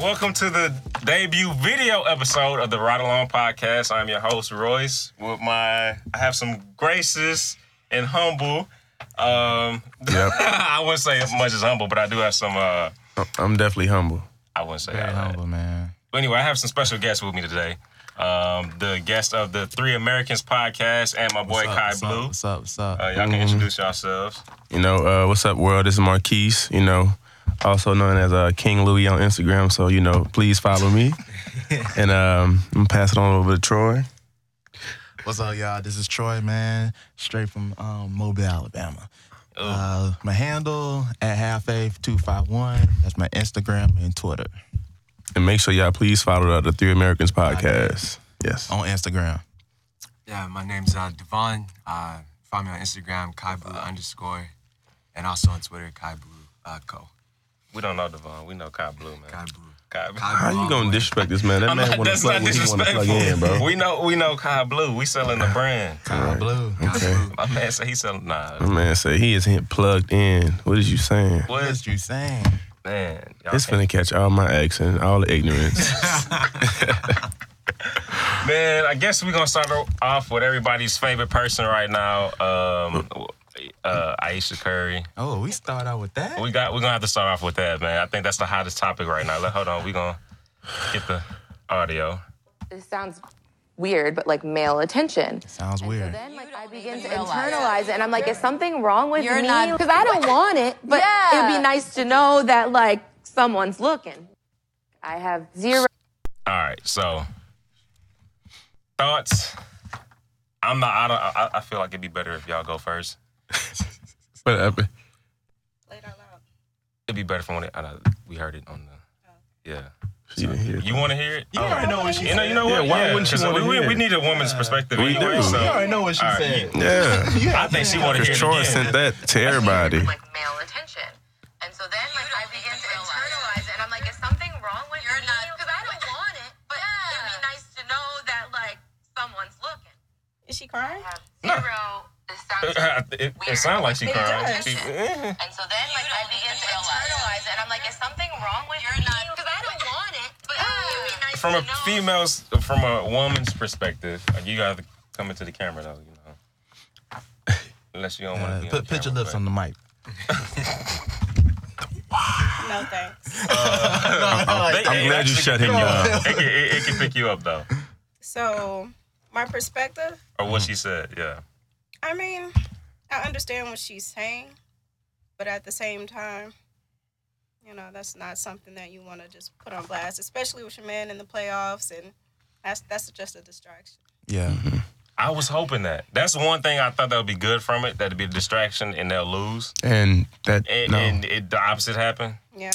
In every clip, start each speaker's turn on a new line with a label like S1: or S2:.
S1: welcome to the debut video episode of the Ride Along Podcast. I'm your host, Royce, with my, I have some graces and humble. Um,
S2: Yep.
S1: I wouldn't say much as humble, but I do have some, uh,
S2: I- I'm definitely humble.
S1: I wouldn't say
S3: Very
S1: that.
S3: humble, man.
S1: But anyway, I have some special guests with me today. Um, the guest of the Three Americans podcast and my boy
S3: What's up,
S1: Kai
S3: what's up, Mm-hmm.
S1: Blue.
S3: What's up? What's up?
S1: Uh, y'all can introduce yourselves.
S2: You know, uh, what's up, world? This is Marquise, you know, also known as uh, King Louis on Instagram. So, you know, please follow me. and um, I'm going to pass it on over to Troy.
S3: What's up, y'all? This is Troy, man, straight from um, Mobile, Alabama.
S1: Ooh.
S3: Uh, my handle at halfafe251. That's my Instagram and Twitter.
S2: And make sure y'all please follow the, the Three Americans podcast. Yes.
S1: Oh,
S3: On Instagram.
S4: Yeah, my name's uh, Devon. Uh, find me on Instagram, Kai Blue underscore, and also on Twitter, Kai Blue uh, Co.
S1: We don't know Devon. We know Kai Blue, man.
S4: Kai Blue.
S1: Kai Blue.
S4: Kai
S2: How
S4: Blue all
S2: you
S4: the
S2: going to
S4: way.
S2: disrespect this man? That
S1: I'm
S2: man
S1: not,
S2: wanna
S1: that's
S2: plug
S1: not
S2: what he wanna
S1: disrespectful.
S2: plug in, bro.
S1: We know we know Kai Blue. We selling the brand.
S3: Kai Blue.
S4: Kai Blue.
S1: My man said he selling nah.
S2: That man say he is hit plugged in. What is you saying?
S1: What
S3: What is you saying?
S1: man? Y'all
S2: It's
S1: can't-
S2: finna catch all my accent, all the ignorance.
S1: Man, I guess we're gonna start off with everybody's favorite person right now. Um uh Aisha Curry.
S3: Oh, we start out with that?
S1: We got we're gonna have to start off with that, man. I think that's the hottest topic right now. Let hold on, we're gonna get the audio.
S5: this sounds weird, but like male attention.
S3: Sounds weird.
S5: Then like I begin to
S6: realize.
S5: internalize it, and I'm like, is something wrong with
S6: You're
S5: me?
S6: not-
S5: Because I don't want it, but
S6: Yeah.
S5: it'd be nice to know that like someone's looking. I have zero.
S1: All right, so thoughts. I'm not. I don't. I, I feel like it'd be better if y'all go first.
S2: but uh,
S1: It'd be better for when it, I know, we heard it on the. Yeah.
S2: she didn't hear.
S1: You want to hear it? You
S3: already know what she
S1: You know. You know what?
S2: Yeah, why wouldn't you
S1: 'cause
S2: wanna
S1: we- we,
S2: hear
S1: we
S2: it?
S1: need a woman's perspective.
S2: We
S1: anyway,
S2: do.
S1: so-
S2: You
S3: know what she
S1: All right,
S3: said.
S1: you-
S2: Yeah.
S1: I think she wanted to hear
S2: Because
S1: it
S2: Troy
S1: again.
S2: sent that to everybody.
S5: Like male attention. And so then like I begin to internalize it, and I'm like, is something wrong with You're me? Because I don't want it, but it'd be nice to know that like someone's looking.
S6: Is she crying?
S5: I have zero. This sounds
S1: It, it, sounded like she cried.
S6: does.
S1: She, eh.
S5: And so then, like, I begin to internalize it, and I'm like, is something wrong with you? Because I don't want it, but it'd be nice
S1: from
S5: to
S1: a
S5: know.
S1: female's, from a woman's perspective, like, you gotta come into the camera though. You know. Unless you don't want to
S3: Uh,
S1: be on
S3: put put your
S1: camera,
S3: lips
S1: but-
S3: on the mic.
S6: No thanks.
S2: I'm glad you shut him down.
S1: It can, it, it can pick you up though,
S6: So, my perspective.
S1: or what she said. Yeah.
S6: I mean, I understand what she's saying, but at the same time, you know, that's not something that you want to just put on blast, especially with your man in the playoffs, and that's that's just a distraction.
S3: Yeah.
S1: Mm-hmm. I was hoping that. That's one thing I thought that would be good from it. That'd be a distraction, and they'll lose.
S2: And that
S1: And,
S2: no.
S1: and it, the opposite happened.
S6: Yeah.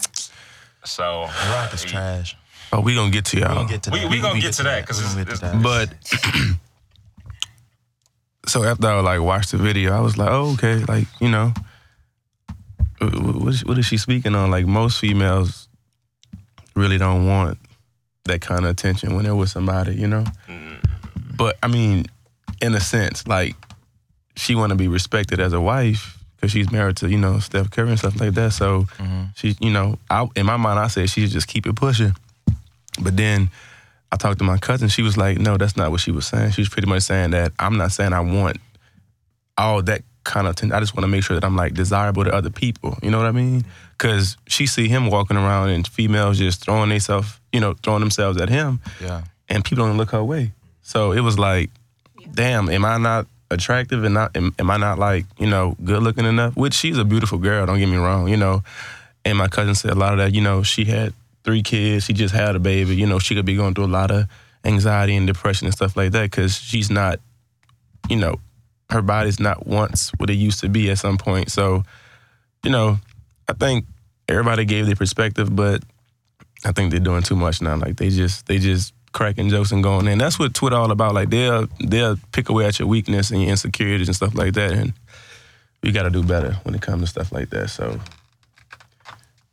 S1: So
S3: Rock is trash.
S2: oh, we gonna get to
S3: We
S2: y'all.
S3: gonna get to
S1: We-
S3: that.
S1: we gonna get to that, 'cause
S3: We gonna
S1: it's-
S3: get to
S1: it's-
S3: that.
S2: but so after I like watched the video, I was like, oh, okay, like you know, wh- wh- what is, what is she speaking on? Like most females really don't want that kind of attention when they're with somebody, you know. But I mean, in a sense, like she want to be respected as a wife. Cause she's married to you know Steph Curry and stuff like that, so she you know I in my mind I said she should just keep it pushing, but then I talked to my cousin. She was like, "No, that's not what she was saying. She was pretty much saying that I'm not saying I want all that kind of. Ten- I just want to make sure that I'm like desirable to other people. You know what I mean? Because she see him walking around and females just throwing themselves, you know, throwing themselves at him,
S3: yeah.
S2: and people don't look her way. So it was like, damn, am I not attractive and not am, am I not like you know good looking enough? Which she's a beautiful girl. Don't get me wrong, you know. And my cousin said a lot of that. You know, she had three kids. She just had a baby. You know, she could be going through a lot of anxiety and depression and stuff like that because she's not, you know, her body's not once what it used to be at some point. So, you know, I think everybody gave their perspective, but I think they're doing too much now. Like they just they just cracking jokes and going in. That's what Twitter all about. Like they'll they'll pick away at your weakness and your insecurities and stuff like that. And we got to do better when it comes to stuff like that. So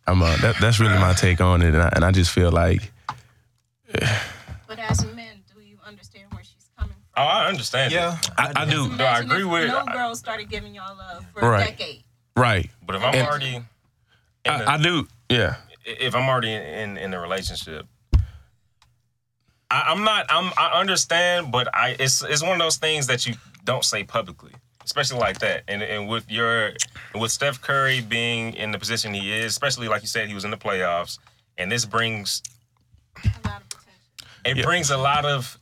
S2: I'm uh, that, that's really my take on it. And I, and I just feel like
S7: But as men, do you understand where she's coming from?
S1: oh, I understand. Yeah.
S3: Yeah.
S2: I, I do
S1: No, I
S7: Imagine
S1: agree
S7: if
S1: with it.
S7: No
S1: I-
S7: girl started giving y'all love for
S2: Right.
S7: a decade.
S2: right.
S1: But if I'm
S2: And-
S1: already, in the,
S2: I, I do. Yeah.
S1: if I'm already in in, in a relationship, I, I'm not. I'm. I understand, but I. It's it's one of those things that you don't say publicly, especially like that. And and with your with Steph Curry being in the position he is, especially like you said, he was in the playoffs, and this brings
S7: A lot of potential.
S1: it brings a lot of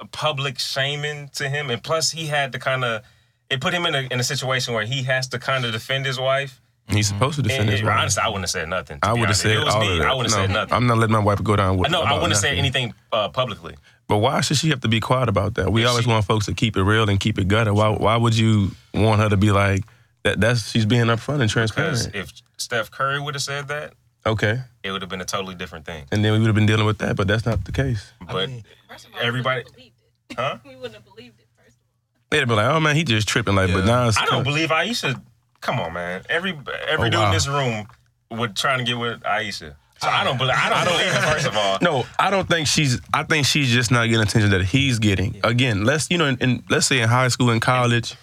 S1: uh, public shaming to him, and plus he had to kind of it put him in a in a situation where he has to kind of defend his wife.
S2: He's supposed to defend
S1: And,
S2: his
S1: and
S2: wife.
S1: honestly, I wouldn't have said nothing. to
S2: I
S1: be
S2: would have
S1: honest. If
S2: said
S1: it was
S2: all
S1: me,
S2: of that.
S1: I wouldn't have
S2: no,
S1: said nothing.
S2: I'm not letting my wife go down. With,
S1: No, I
S2: about
S1: wouldn't have said
S2: nothing.
S1: anything uh, publicly.
S2: But why should she have to be quiet about that? We
S1: If
S2: always
S1: she-
S2: want folks to keep it real and keep it gutter. Why? Why would you want her to be like that? That's she's being upfront and
S1: Because
S2: transparent.
S1: if Steph Curry would have said that,
S2: okay,
S1: it would have been a totally different thing.
S2: and then we would have been dealing with that, but that's not the case.
S1: But
S3: mean-
S7: First of all, we
S1: Everybody-
S7: wouldn't have believed it.
S1: Huh?
S7: We wouldn't have believed it. First of all,
S2: They'd be like, "Oh man, he just tripping." Like, but
S4: Yeah.
S2: nah, it's
S1: I don't
S2: kinda-
S1: believe Aisha. Come on, man. Every every
S2: Oh,
S1: dude
S2: wow.
S1: in this room would trying to get with Aisha. So I don't believe. I don't, I don't either. First of all,
S2: No, I don't think she's. I think she's just not getting attention that he's getting. Again, let's you know, in, in let's say in high school and college,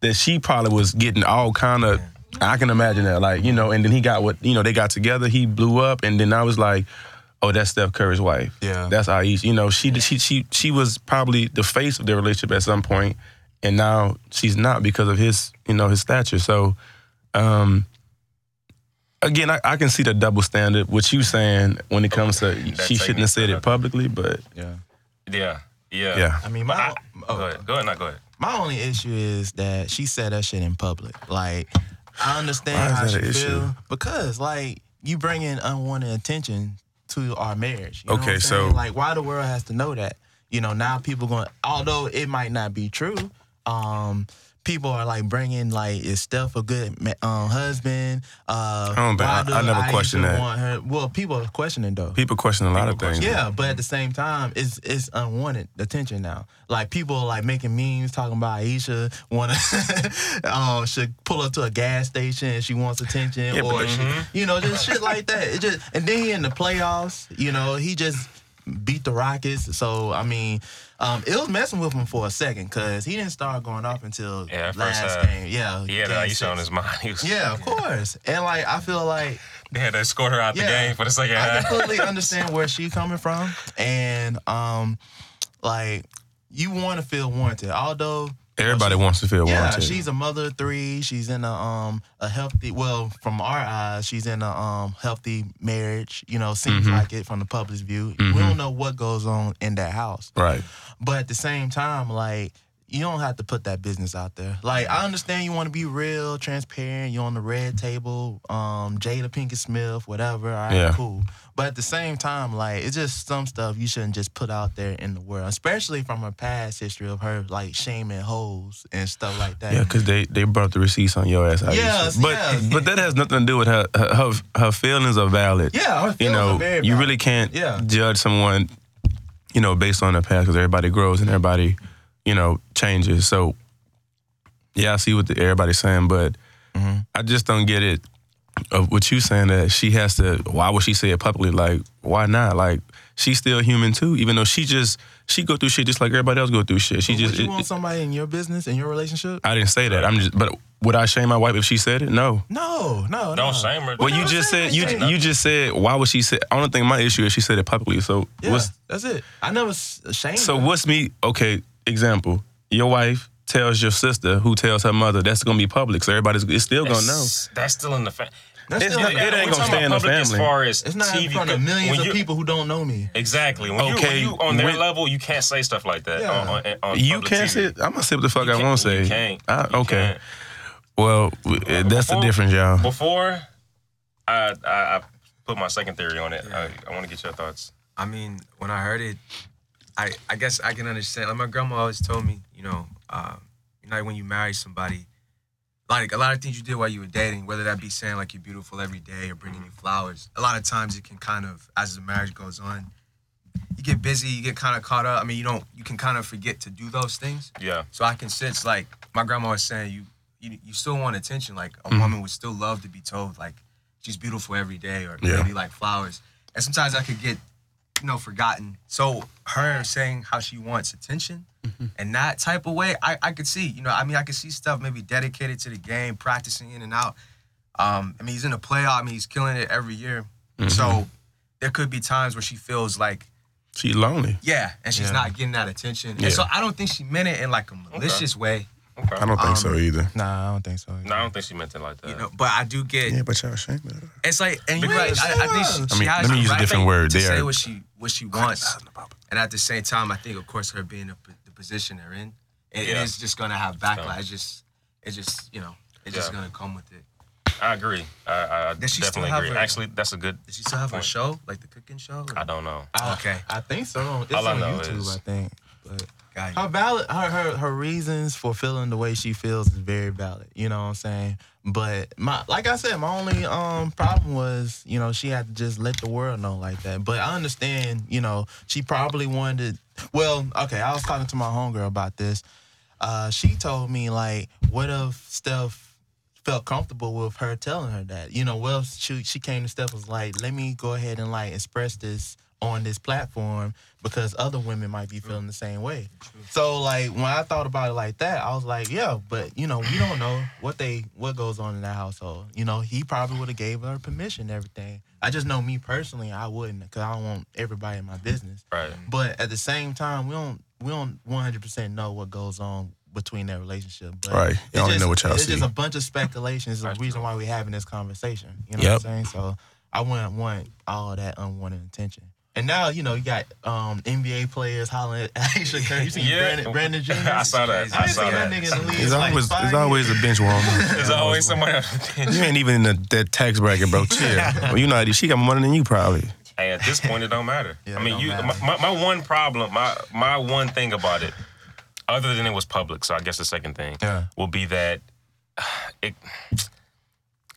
S2: that she probably was getting all kind of. I can imagine that, like you know, and then he got what you know. They got together. He blew up, and then I was like, "Oh, that's Steph Curry's wife.
S3: Yeah.
S2: that's Aisha. You know, she she she she was probably the face of their relationship at some point, and now she's not because of his you know his stature. So, um, again, I, I can see the double standard. What you saying when it comes to
S1: That
S2: she shouldn't have said it publicly, but
S3: Yeah.
S1: yeah, yeah,
S2: yeah,
S3: I mean, my oh,
S1: Go ahead. Go ahead. No, go ahead.
S3: my only issue is that she said that shit in public. Like, I
S2: Why
S3: understand
S2: is
S3: how
S2: that
S3: she
S2: an issue?
S3: feel because, like, you bring in unwanted attention to our marriage. You know what
S2: Okay,
S3: I'm
S2: so-
S3: saying? like, why the world has to know that? You know, now people going. Although it might not be true, um, people are like bringing like, is Steph a good ma- um, husband? Uh,
S2: I don't think-
S3: why
S2: I-
S3: do
S2: I never
S3: Aisha
S2: question that.
S3: want her- Well, people are questioning though.
S2: people question a lot of things.
S3: Yeah, but at the same time, it's it's unwanted attention now. Like people are, like making memes talking about Aisha wanna um should pull up to a gas station and she wants attention
S2: Yeah, but
S3: or
S2: that-
S3: she, you know just shit like that. It just and then he in the playoffs, you know, he just beat the Rockets. So I mean, um, it was messing with him for a second because he didn't start going off until
S1: Yeah, first
S3: last
S1: half.
S3: game. Yeah,
S1: He had
S3: game six.
S1: Aisha on his mind. He was,
S3: Yeah, of course. And like I feel like
S1: They had to escort her out the
S3: Yeah.
S1: game for the second
S3: I
S1: half.
S3: completely understand where she's coming from, and um, like you want to feel wanted. Although,
S2: Everybody wants to feel
S3: yeah,
S2: wanted.
S3: she's a mother of three. She's in a um a healthy. Well, from our eyes, she's in a um healthy marriage. You know, seems like it from the public's view. We don't know what goes on in that house,
S2: right.
S3: but at the same time, like. You don't have to put that business out there. Like I understand you want to be real, transparent. You're on the red table, um, Jada Pinkett Smith, whatever. All right,
S2: Yeah.
S3: cool. But at the same time, like it's just some stuff you shouldn't just put out there in the world, especially from her past history of her like shaming hoes and stuff like that.
S2: Yeah, because they, they brought up the receipts on your ass. Aisha.
S3: Yes,
S2: but
S3: yes.
S2: but that has nothing to do with her her her, her feelings are valid.
S3: Yeah, her
S2: you
S3: feelings
S2: know
S3: are very
S2: you
S3: valid.
S2: really can't
S3: Yeah.
S2: judge someone, you know, based on their past because everybody grows and everybody, you know, changes. So yeah, I see what the, everybody's saying, but
S3: Mm-hmm.
S2: I just don't get it of what you saying that she has to. Why would she say it publicly? Like why not? Like she's still human too, even though she just she go through shit just like everybody else go through shit. She
S3: Would
S2: just
S3: you
S2: it-
S3: want somebody in your business in your relationship?
S2: I didn't say that. I'm just. But would I shame my wife if she said it? No.
S3: No, no, no.
S1: Don't shame her.
S2: Well, you
S3: I'm
S2: just
S3: saying
S2: said you
S3: that
S2: you just said why would she say? I don't think my issue is she said it publicly. So
S3: Yeah,
S2: what's
S3: that's it. I never s- shamed.
S2: so
S3: her.
S2: what's me? Okay, example. Your wife tells your sister who tells her mother. That's gonna be public. So everybody's it's still gonna know.
S1: That's- That's still in the family.
S3: That's
S2: it's
S3: still
S2: not-
S3: not,
S2: it ain't gonna stay in the
S1: As
S2: family.
S1: far as
S3: it's not in
S1: TV
S3: front of
S1: co- when
S3: millions
S1: you-
S3: of people who don't know me.
S1: Exactly. When,
S2: Okay,
S1: you, when you on their
S2: when-
S1: level, you can't say stuff like that.
S3: Yeah.
S1: On, on, on
S2: You
S1: public TV.
S2: can't say. I'm gonna say what the fuck I
S1: can't-
S2: won't say.
S1: you can't.
S2: I-
S1: You
S2: okay.
S1: can't. Oh.
S2: Well, w- uh, that's the
S1: Before-
S2: difference, y'all.
S1: Before I, I I put my second theory on it, I, I want to get your thoughts.
S4: I mean, when I heard it, I I guess I can understand. Like my grandma always told me, you know, um, you know, when you marry somebody, like a lot of things you did while you were dating, whether that be saying like you're beautiful every day or bringing
S2: Mm-hmm.
S4: you flowers. A lot of times it can kind of, as the marriage goes on, you get busy, you get kind of caught up. I mean, you don't, you can kind of forget to do those things.
S1: Yeah.
S4: So I can sense like my grandma was saying, you you, you still want attention. Like a
S2: Mm-hmm.
S4: woman would still love to be told like she's beautiful every day or
S2: Yeah.
S4: maybe like flowers. And sometimes I could get you know forgotten. So her saying how she wants attention
S2: Mm-hmm.
S4: and that type of way, I I could see. You know, I mean, I could see stuff maybe dedicated to the game, practicing in and out. Um, I mean, he's in the playoff. I mean, he's killing it every year.
S2: Mm-hmm.
S4: So there could be times where she feels like,
S2: She lonely.
S4: yeah, and she's
S3: Yeah.
S4: not getting that attention.
S2: Yeah.
S4: And so I don't think she meant it in like a malicious way,
S1: Okay.
S2: I don't think
S4: Um,
S2: so either.
S3: Nah, I don't think so.
S1: no, I don't think she meant it like that.
S4: you know. But I do get
S2: Yeah, but y'all ashamed of that.
S4: it's like, and you're right.
S3: Because-
S4: I, I think she,
S2: I mean,
S4: she has
S2: let me
S4: the
S2: use a
S4: right
S2: different word.
S4: to
S2: They
S4: say
S2: are-
S4: what she what she wants, and at the same time, I think, of course, her being in the, the position they're in, it, it
S1: Yeah.
S4: is just gonna have backlash. It's just, it's just, you know, it's just
S1: Yeah.
S4: gonna come with it.
S1: I agree. I, I I
S4: Does she
S1: definitely
S4: still have
S1: agree.
S4: her-
S1: Actually, that's a good.
S4: Does she still have her
S1: Point.
S4: show, like the cooking show?
S1: I don't know.
S4: Oh, okay,
S3: I think so. It's
S1: All I
S3: on
S1: know
S3: YouTube,
S1: is-
S3: I think. But
S4: got you.
S3: her valid, her, her her reasons for feeling the way she feels is very valid. You know what I'm saying? But my, like I said, my only um problem was, you know, she had to just let the world know like that. But I understand, you know, she probably wanted. Well, okay, I was talking to my homegirl about this. Uh, she told me like, what if Steph felt comfortable with her telling her that. You know, well, she she came to Steph was like, let me go ahead and like express this on this platform because other women might be feeling the same way. So like when I thought about it like that, I was like, yeah, but you know, we don't know what they what goes on in that household. You know, he probably would have gave her permission and everything. I just know me personally, I wouldn't cuz I don't want everybody in my business.
S1: Right.
S3: But at the same time, we don't we don't one hundred percent know what goes on between that relationship. But
S2: Right.
S3: it's
S2: Y'all only know what y'all
S3: it's
S2: see.
S3: just a bunch of speculation. It's the
S1: That's
S3: reason
S1: true.
S3: why we're having this conversation. You know
S2: Yep.
S3: what I'm saying? So I wouldn't want all that unwanted attention. And now, you know, you got um, NBA players hollering at Aisha Curry. You seen Brandon, Brandon Jennings?
S1: I saw that. I
S3: ain't
S1: saw
S3: seen that
S1: that.
S3: nigga in the league.
S2: It's
S3: like
S2: always
S3: five
S2: it's always a bench warmer.
S1: There's always somebody. on the bench.
S2: You ain't even in the, that tax bracket, bro. Chill. well, you know she got more money than you probably.
S1: Hey, at this point, it don't matter.
S3: Yeah,
S1: I
S3: it
S1: mean,
S3: don't
S1: you. My,
S3: matter.
S1: my, my one problem, my my one thing about it, other than it was public, so I guess the second thing
S3: Yeah.
S1: will be that it,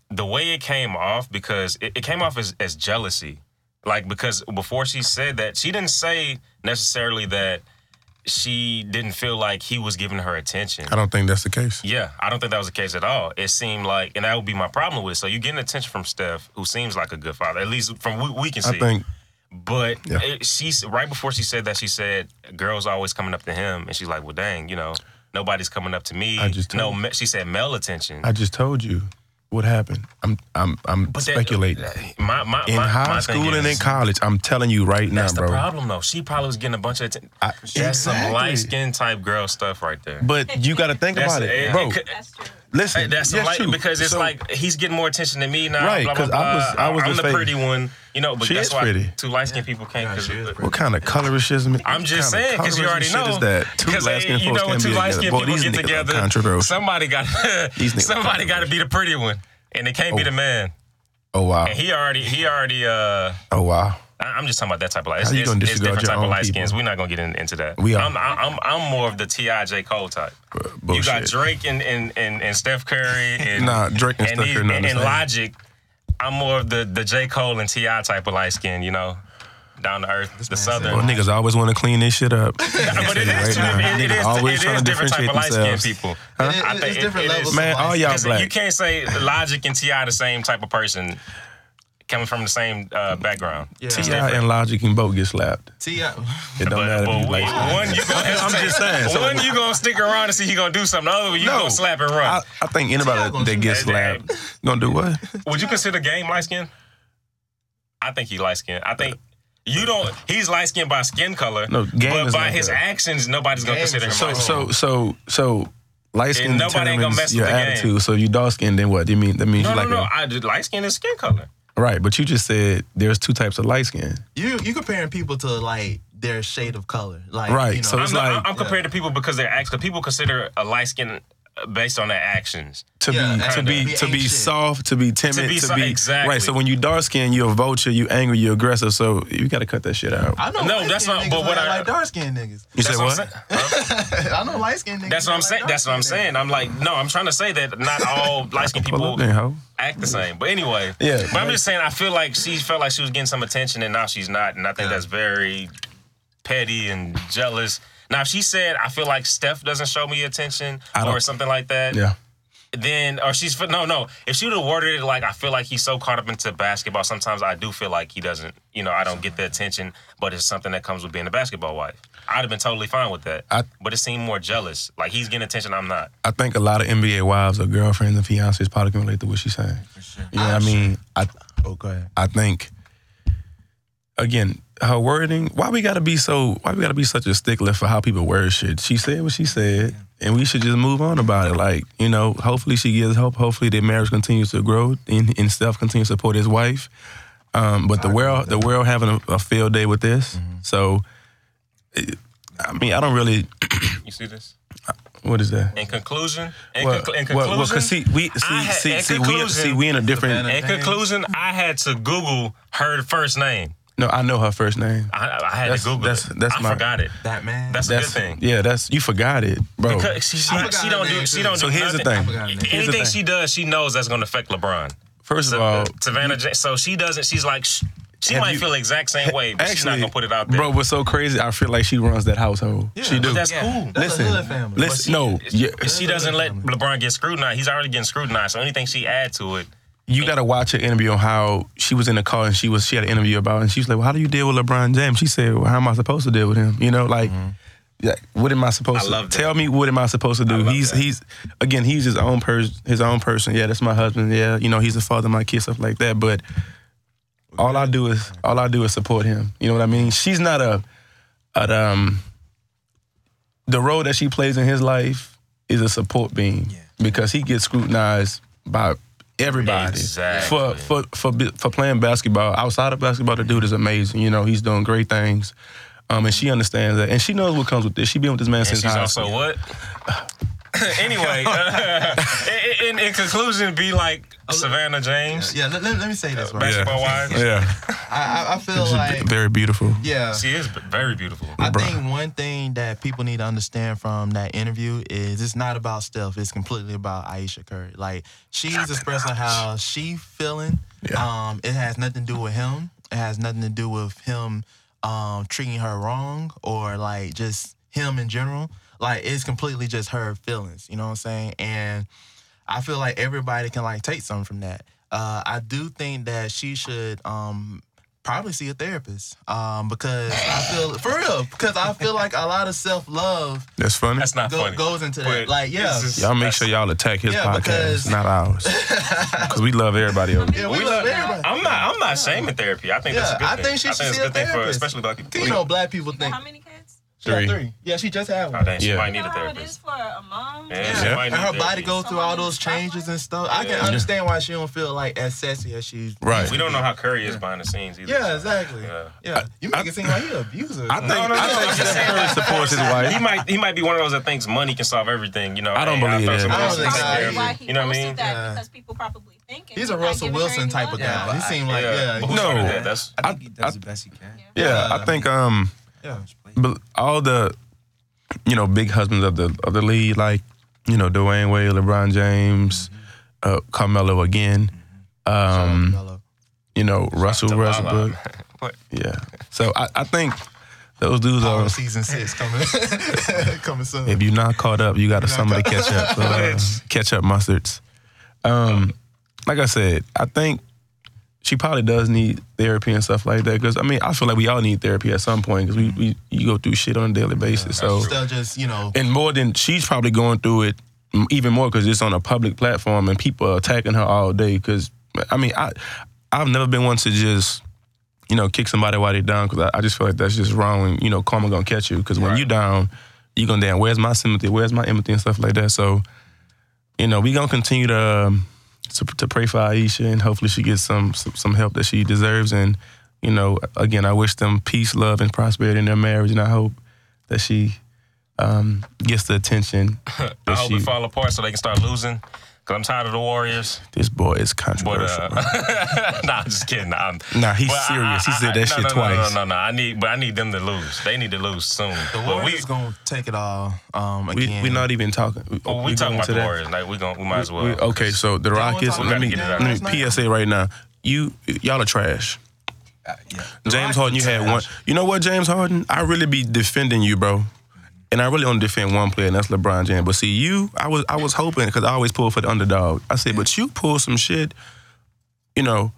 S1: the way it came off because it, it came off as, as jealousy, like because before she said that she didn't say necessarily that she didn't feel like he was giving her attention.
S2: I don't think that's the case.
S1: Yeah, I don't think that was the case at all. It seemed like, and that would be my problem with. it. So you're getting attention from Steph, who seems like a good father, at least from what we can see.
S2: I think
S1: But
S2: Yeah.
S1: it, she's right before she said that, she said girls always coming up to him, and she's like, "Well, dang, you know, nobody's coming up to me."
S2: I just
S1: no,
S2: told
S1: ma- she said male attention.
S2: I just told you what happened. I'm I'm I'm
S1: that- uh,
S2: speculating.
S1: my, my,
S2: in
S1: my,
S2: high
S1: my thing
S2: school and in
S1: is,
S2: college, I'm telling you right now,
S1: That's the
S2: bro.
S1: problem, though. She probably was getting a bunch of attention.
S2: I-
S1: That's some
S2: Exactly.
S1: light skin type girl stuff right there.
S2: But you got to think
S1: That's-
S2: about it,
S1: it-
S2: bro.
S1: it could-
S7: That's true.
S2: listen,
S1: Hey, that's some
S2: yes,
S1: light
S2: true.
S1: because it's
S2: So,
S1: like he's getting more attention than me now.
S2: Right,
S1: blah, blah,
S2: 'cause I was-
S1: blah.
S2: I was
S1: I'm
S2: the
S1: the
S2: favorite.
S1: pretty one, you know. But
S2: She
S1: that's
S2: is
S1: why
S2: pretty.
S1: two light skinned people can't. Cause,
S2: What kind of colorism?
S1: I'm just
S2: kind of
S1: saying because you
S2: colorism
S1: already
S2: shit
S1: know
S2: is that two
S1: Because
S2: light
S1: hey,
S2: skinned
S1: you
S2: folks
S1: know when
S2: can
S1: two
S2: be
S1: light
S2: together.
S1: skinned
S2: Boy,
S1: people
S2: these
S1: get
S2: niggas are
S1: together,
S2: controversial.
S1: somebody got
S2: These niggas are
S1: somebody got to be the pretty one, and it can't be
S2: Oh.
S1: the man.
S2: Oh wow!
S1: And he already he already. uh
S2: Oh wow!
S1: I- I'm just talking about that type of light. It's,
S2: How you
S1: it's,
S2: gonna
S1: it's
S2: disregard
S1: different
S2: your
S1: type of
S2: own
S1: light
S2: people?
S1: skins. We're not gonna get in, into that.
S2: We are.
S1: I'm, I'm I'm more of the Ti J Cole type. You
S2: Bullshit.
S1: got Drake and and, and, and Steph Curry and
S2: Nah, Drake and Steph
S1: these-
S2: Curry not
S1: and,
S2: the
S1: and
S2: same.
S1: Logic. I'm more of the the J Cole and Ti type of light skin. You know, down to earth, the
S2: Well,
S1: southern.
S2: niggas always want to clean this shit up.
S1: But it is true.
S2: Right now,
S1: It, it
S2: niggas
S1: is,
S2: always
S1: it
S2: tryna
S1: is different type
S2: differentiate
S1: of light skin
S2: themselves.
S1: people.
S3: It- it-
S1: I think
S3: it's
S1: it-
S3: different
S1: it
S3: levels.
S1: is-
S3: of
S2: Man, all
S3: life.
S2: y'all
S1: Because
S2: black.
S1: you can't say Logic and Ti the same type of person coming from the same uh, background.
S3: Yeah.
S1: It's
S2: Ti
S1: different.
S2: and Logic can both get slapped.
S3: See, I,
S2: It don't matter if
S1: But
S2: you
S1: we-
S2: light skinned.
S1: one, you gonna
S2: I'm just saying, so-
S1: one, you gonna stick around and see he gonna do something. The other one, you
S2: No.
S1: gonna slap and run.
S2: I, I think anybody
S3: gonna
S2: that
S3: do
S2: gets
S1: that, that-
S2: slapped gonna do what?
S1: Would you consider Game light skin? I think he light skin. I think you don't. He's light skin by skin color.
S2: No, Game
S1: but
S2: is
S1: by
S2: like
S1: his
S2: that.
S1: actions, nobody's gonna
S3: Game is
S1: consider him.
S3: a-
S2: So
S1: light skin.
S2: so so so light skin
S1: Oh. And nobody ain't gonna
S2: determines
S1: mess with
S2: your
S1: the game.
S2: attitude. So if you dark skin, then what? You mean that means
S1: no,
S2: you like
S1: no, no.
S2: a-
S1: I did light skin is skin color.
S2: right? But you just said there's two types of light skin.
S3: you you comparing people to like their shade of color, like
S2: Right,
S3: You know,
S2: so it's
S1: I'm, not-
S2: like-
S1: I'm compared to people because they're acts. 'cause People consider a light skin uh, based on their actions.
S2: To
S3: Yeah,
S2: be to
S1: and
S2: be
S3: be
S2: to be
S3: ancient.
S2: soft, to be timid, to
S1: be
S2: be,
S1: so- exactly.
S2: right. So when you dark skin, you're a vulture, you angry, you aggressive. So you gotta cut that shit out.
S3: I know
S1: No,
S3: light-skinned
S1: that's not-
S3: niggas
S1: but what
S3: that
S1: I-
S3: like dark skinned niggas.
S2: you
S1: That's
S2: said what?
S1: I'm saying.
S3: I know light skinned niggas.
S1: That's
S3: that
S1: what I'm
S3: like
S1: saying. That's what I'm
S3: dark-skinned
S1: saying. I'm like, no, I'm trying to say that not all light skinned
S2: Pull
S1: people
S2: up then, hoe.
S1: act the same. But anyway,
S2: Yeah,
S1: But I'm just saying, I feel like she felt like she was getting some attention, and now she's not, and I think that's very petty and jealous. Now, if she said, "I feel like Steph doesn't show me attention"
S2: I
S1: or
S2: don't-
S1: something like that,
S2: Yeah.
S1: then or she's no, no. If she would have worded it like, "I feel like he's so caught up into basketball," sometimes I do feel like he doesn't, you know, I don't get the attention, but it's something that comes with being a basketball wife. I'd have been totally fine with that,
S2: I-
S1: but it seemed more jealous. Like he's getting attention, I'm not.
S2: I think a lot of NBA wives or girlfriends and fiancés probably can relate to what she's saying. You know what I mean? I
S3: niggas. Oh, go ahead.
S2: I think again, her wording. Why we gotta be so? Why we gotta be such a stickler for how people word shit? She said what she said, and we should just move on about it. Like you know, hopefully she gives hope. Hopefully their marriage continues to grow, and, and Steph continues to support his wife. Um, but the world, the world having a, a field day with this.
S3: Mm-hmm.
S2: So, it, I mean, I don't really.
S1: You see this?
S2: What is that?
S1: In conclusion, in,
S2: Well,
S1: conclu- in
S2: well,
S1: conclusion,
S2: well, 'cause see, we see,
S1: I had-
S2: see,
S1: in
S2: see, we, see,
S1: conclusion-
S2: we in a different.
S1: in conclusion, I had to Google her first name.
S2: No, I know her first name.
S1: I, I had
S2: That's-
S1: to Google
S2: that's-
S1: it.
S2: that's
S1: I
S2: my-
S1: forgot it.
S3: That man.
S1: That's,
S2: That's
S1: a good thing.
S2: Yeah, that's you forgot it, bro.
S1: Because she, she,
S3: I forgot
S1: she
S3: her
S1: don't
S3: name,
S1: do she
S3: too.
S1: don't
S2: So
S1: do
S2: here's the
S1: nothing.
S2: thing.
S3: forgot her name.
S2: Here's the
S1: Anything
S2: thing.
S1: she does, she knows that's going to affect LeBron.
S2: First of
S1: Sa-
S2: all,
S1: Savannah, J- so she doesn't. She's like, sh- she
S2: Have
S1: might
S2: you-
S1: feel the exact same way, but she's not
S2: actually,
S1: gonna put it out there.
S2: bro, what's so crazy? I feel like she runs that household. she
S3: but
S2: do.
S1: that's
S4: Yeah.
S1: cool.
S3: That's a hood
S2: listen,
S3: family.
S2: listen. no, yeah,
S1: If she doesn't let LeBron get scrutinized, he's already getting scrutinized. So anything she add to it,
S2: you gotta watch her interview on how she was in the car and she was she had an interview about it and she was like, well, how do you deal with LeBron James? She said, well, how am I supposed to deal with him? You know, like. yeah, what am I supposed
S1: Mm-hmm. I love
S2: to
S1: that.
S2: tell me? What am I supposed to do?
S1: love
S2: He's
S1: that.
S2: he's again he's his own person. His own person. Yeah, that's my husband. Yeah, you know he's the father of my kids, stuff like that. But all I do is all I do is support him. You know what I mean? She's not a, a um, the role that she plays in his life is a support beam because he gets scrutinized by everybody
S1: Exactly.
S2: for for for bi- for playing basketball. Outside of basketball, the dude is amazing. You know, he's doing great things. Um, and she understands that, and she knows what comes with this. She been with this man
S1: and
S2: since
S1: she's
S2: high
S1: also
S2: school.
S1: what? anyway, uh, in, in, in conclusion, be like Savannah James,
S3: Yeah, let, let, let me say this right.
S1: basketball wise.
S2: Yeah,
S3: I, I- I feel
S2: She's
S3: like
S2: very beautiful.
S3: yeah.
S1: She is very beautiful.
S3: I
S2: Bruh.
S3: think one thing that people need to understand from that interview is it's not about Steph. It's completely about Aisha Curry. Like she's expressing how she feeling.
S2: Yeah.
S3: Um, it has nothing to do with him. It has nothing to do with him um, treating her wrong or like just him in general. Like it's completely just her feelings. You know what I'm saying? And I feel like everybody can like take something from that. Uh, I do think that she should um, probably see a therapist um, because I feel for real because I feel like a lot of self love
S2: That's funny.
S1: That's not
S3: go,
S1: funny.
S3: goes into
S1: But
S3: that. Like yeah,
S1: it's just-
S2: y'all make sure y'all attack his
S3: Yeah,
S2: podcast,
S3: because-
S2: not ours, because we love everybody. Over.
S3: yeah,
S7: Yeah,
S3: we,
S1: we
S3: love
S1: love-
S3: everybody.
S1: I'm not. I'm not shaming therapy. I think that's
S3: Yeah,
S1: a good
S3: I
S1: thing.
S3: think she should
S1: it's
S3: see
S1: a
S3: a
S1: good thing for
S3: therapist.
S1: especially black people.
S3: You know, black people think
S7: How many kids?
S3: she got
S2: Three.
S3: three. Yeah, she just had
S1: Oh,
S3: one.
S1: dang, she
S2: Yeah.
S1: might
S7: You
S1: need
S7: know
S1: a
S7: how it is
S1: therapist.
S7: for a mom?
S1: Yeah, she
S2: Yeah.
S1: might
S3: And
S1: need
S3: her body
S1: therapy.
S3: goes through all those changes and stuff. I can
S1: Yeah.
S3: understand why she don't feel like as sexy as she's.
S2: Right.
S1: We don't know how Curry is behind the scenes either.
S3: Yeah,
S1: so-
S3: exactly.
S1: Yeah.
S3: Yeah, you make it seem like he abuser.
S2: I think I
S1: no,
S2: think
S1: I'm just
S2: Steph
S1: saying
S2: Curry supports his
S1: He
S2: wife.
S1: might he might be one of those that thinks money can solve everything. You know,
S2: I don't
S1: Hey,
S2: believe
S1: throw
S2: that.
S1: some
S2: I don't
S1: money
S3: think
S1: in
S3: so
S1: there.
S3: either.
S7: Why he
S1: You know what I
S7: posted
S1: mean?
S7: That
S3: Yeah.
S7: because people probably thinking
S3: He's a
S7: not
S3: Russell
S7: giving her
S3: Wilson
S7: any
S3: type of
S7: love.
S4: Yeah,
S3: guy. He
S4: but
S3: seemed like yeah.
S1: but who
S2: No.
S1: started that? That's
S4: I think
S2: I-
S4: he does
S2: I-
S4: the best he can.
S2: Yeah, I think um.
S3: yeah.
S2: but all the you know big husbands of the of the league, like you know Dwayne Wade, LeBron James, uh, Carmelo again, um,
S3: Mello.
S2: you know Russell Westbrook.
S1: What?
S2: Yeah, so I, I think those dudes
S3: Power
S2: are.
S3: season six coming coming soon.
S2: If you're not caught up, you got to summer to catch up. So, uh, catch up mustards. Um, like I said, I think she probably does need therapy and stuff like that. Because I mean, I feel like we all need therapy at some point. Because we, we you go through shit on a daily basis. so
S3: Still just you know
S2: and more than she's probably going through it m- even more because it's on a public platform and people are attacking her all day. Because I mean, I I've never been one to just you know kick somebody while they're down because I, I just feel like that's just wrong. And you know, karma gonna catch you because when you down, you gonna damn. Where's my sympathy? Where's my empathy and stuff like that. So you know, we gonna continue to. um, to, to pray for Aisha and hopefully she gets some, some some help that she deserves and you know again I wish them peace love and prosperity in their marriage and I hope that she um, gets the attention that
S1: I hope
S2: she.
S1: it fall apart so they can start losing. Cause I'm tired of the Warriors.
S2: This boy is
S1: But
S2: controversial. bro.
S1: uh, nah, I'm just kidding. I'm,
S2: Nah, he's
S1: but I-
S2: serious. He
S1: I-
S2: said
S1: I-
S2: that
S1: no,
S2: shit
S1: no, No,
S2: twice.
S1: no, no, no. I need, but I need them to lose. They need to lose soon.
S3: the
S1: but we,
S3: Warriors gonna take it all. Um,
S2: we
S3: again,
S2: we're not even talking. We,
S1: but we,
S2: we
S1: talking
S2: going
S1: about
S2: to
S1: the
S2: that.
S1: Warriors. Like we going we might as well.
S2: We- okay, so the
S3: wanna
S2: Rockets.
S3: talk
S2: Let
S1: about
S2: me
S1: the game
S2: let
S3: last
S2: me
S3: night?
S2: PSA right now. You y'all are trash.
S4: Uh, yeah.
S2: James Harden, you had one. You know what, James Harden? I really be defending you, bro. And I really only defend one player, and that's LeBron James. But see, you, I was, I was hoping because I always pull for the underdog. I said, but you pull some shit, you know,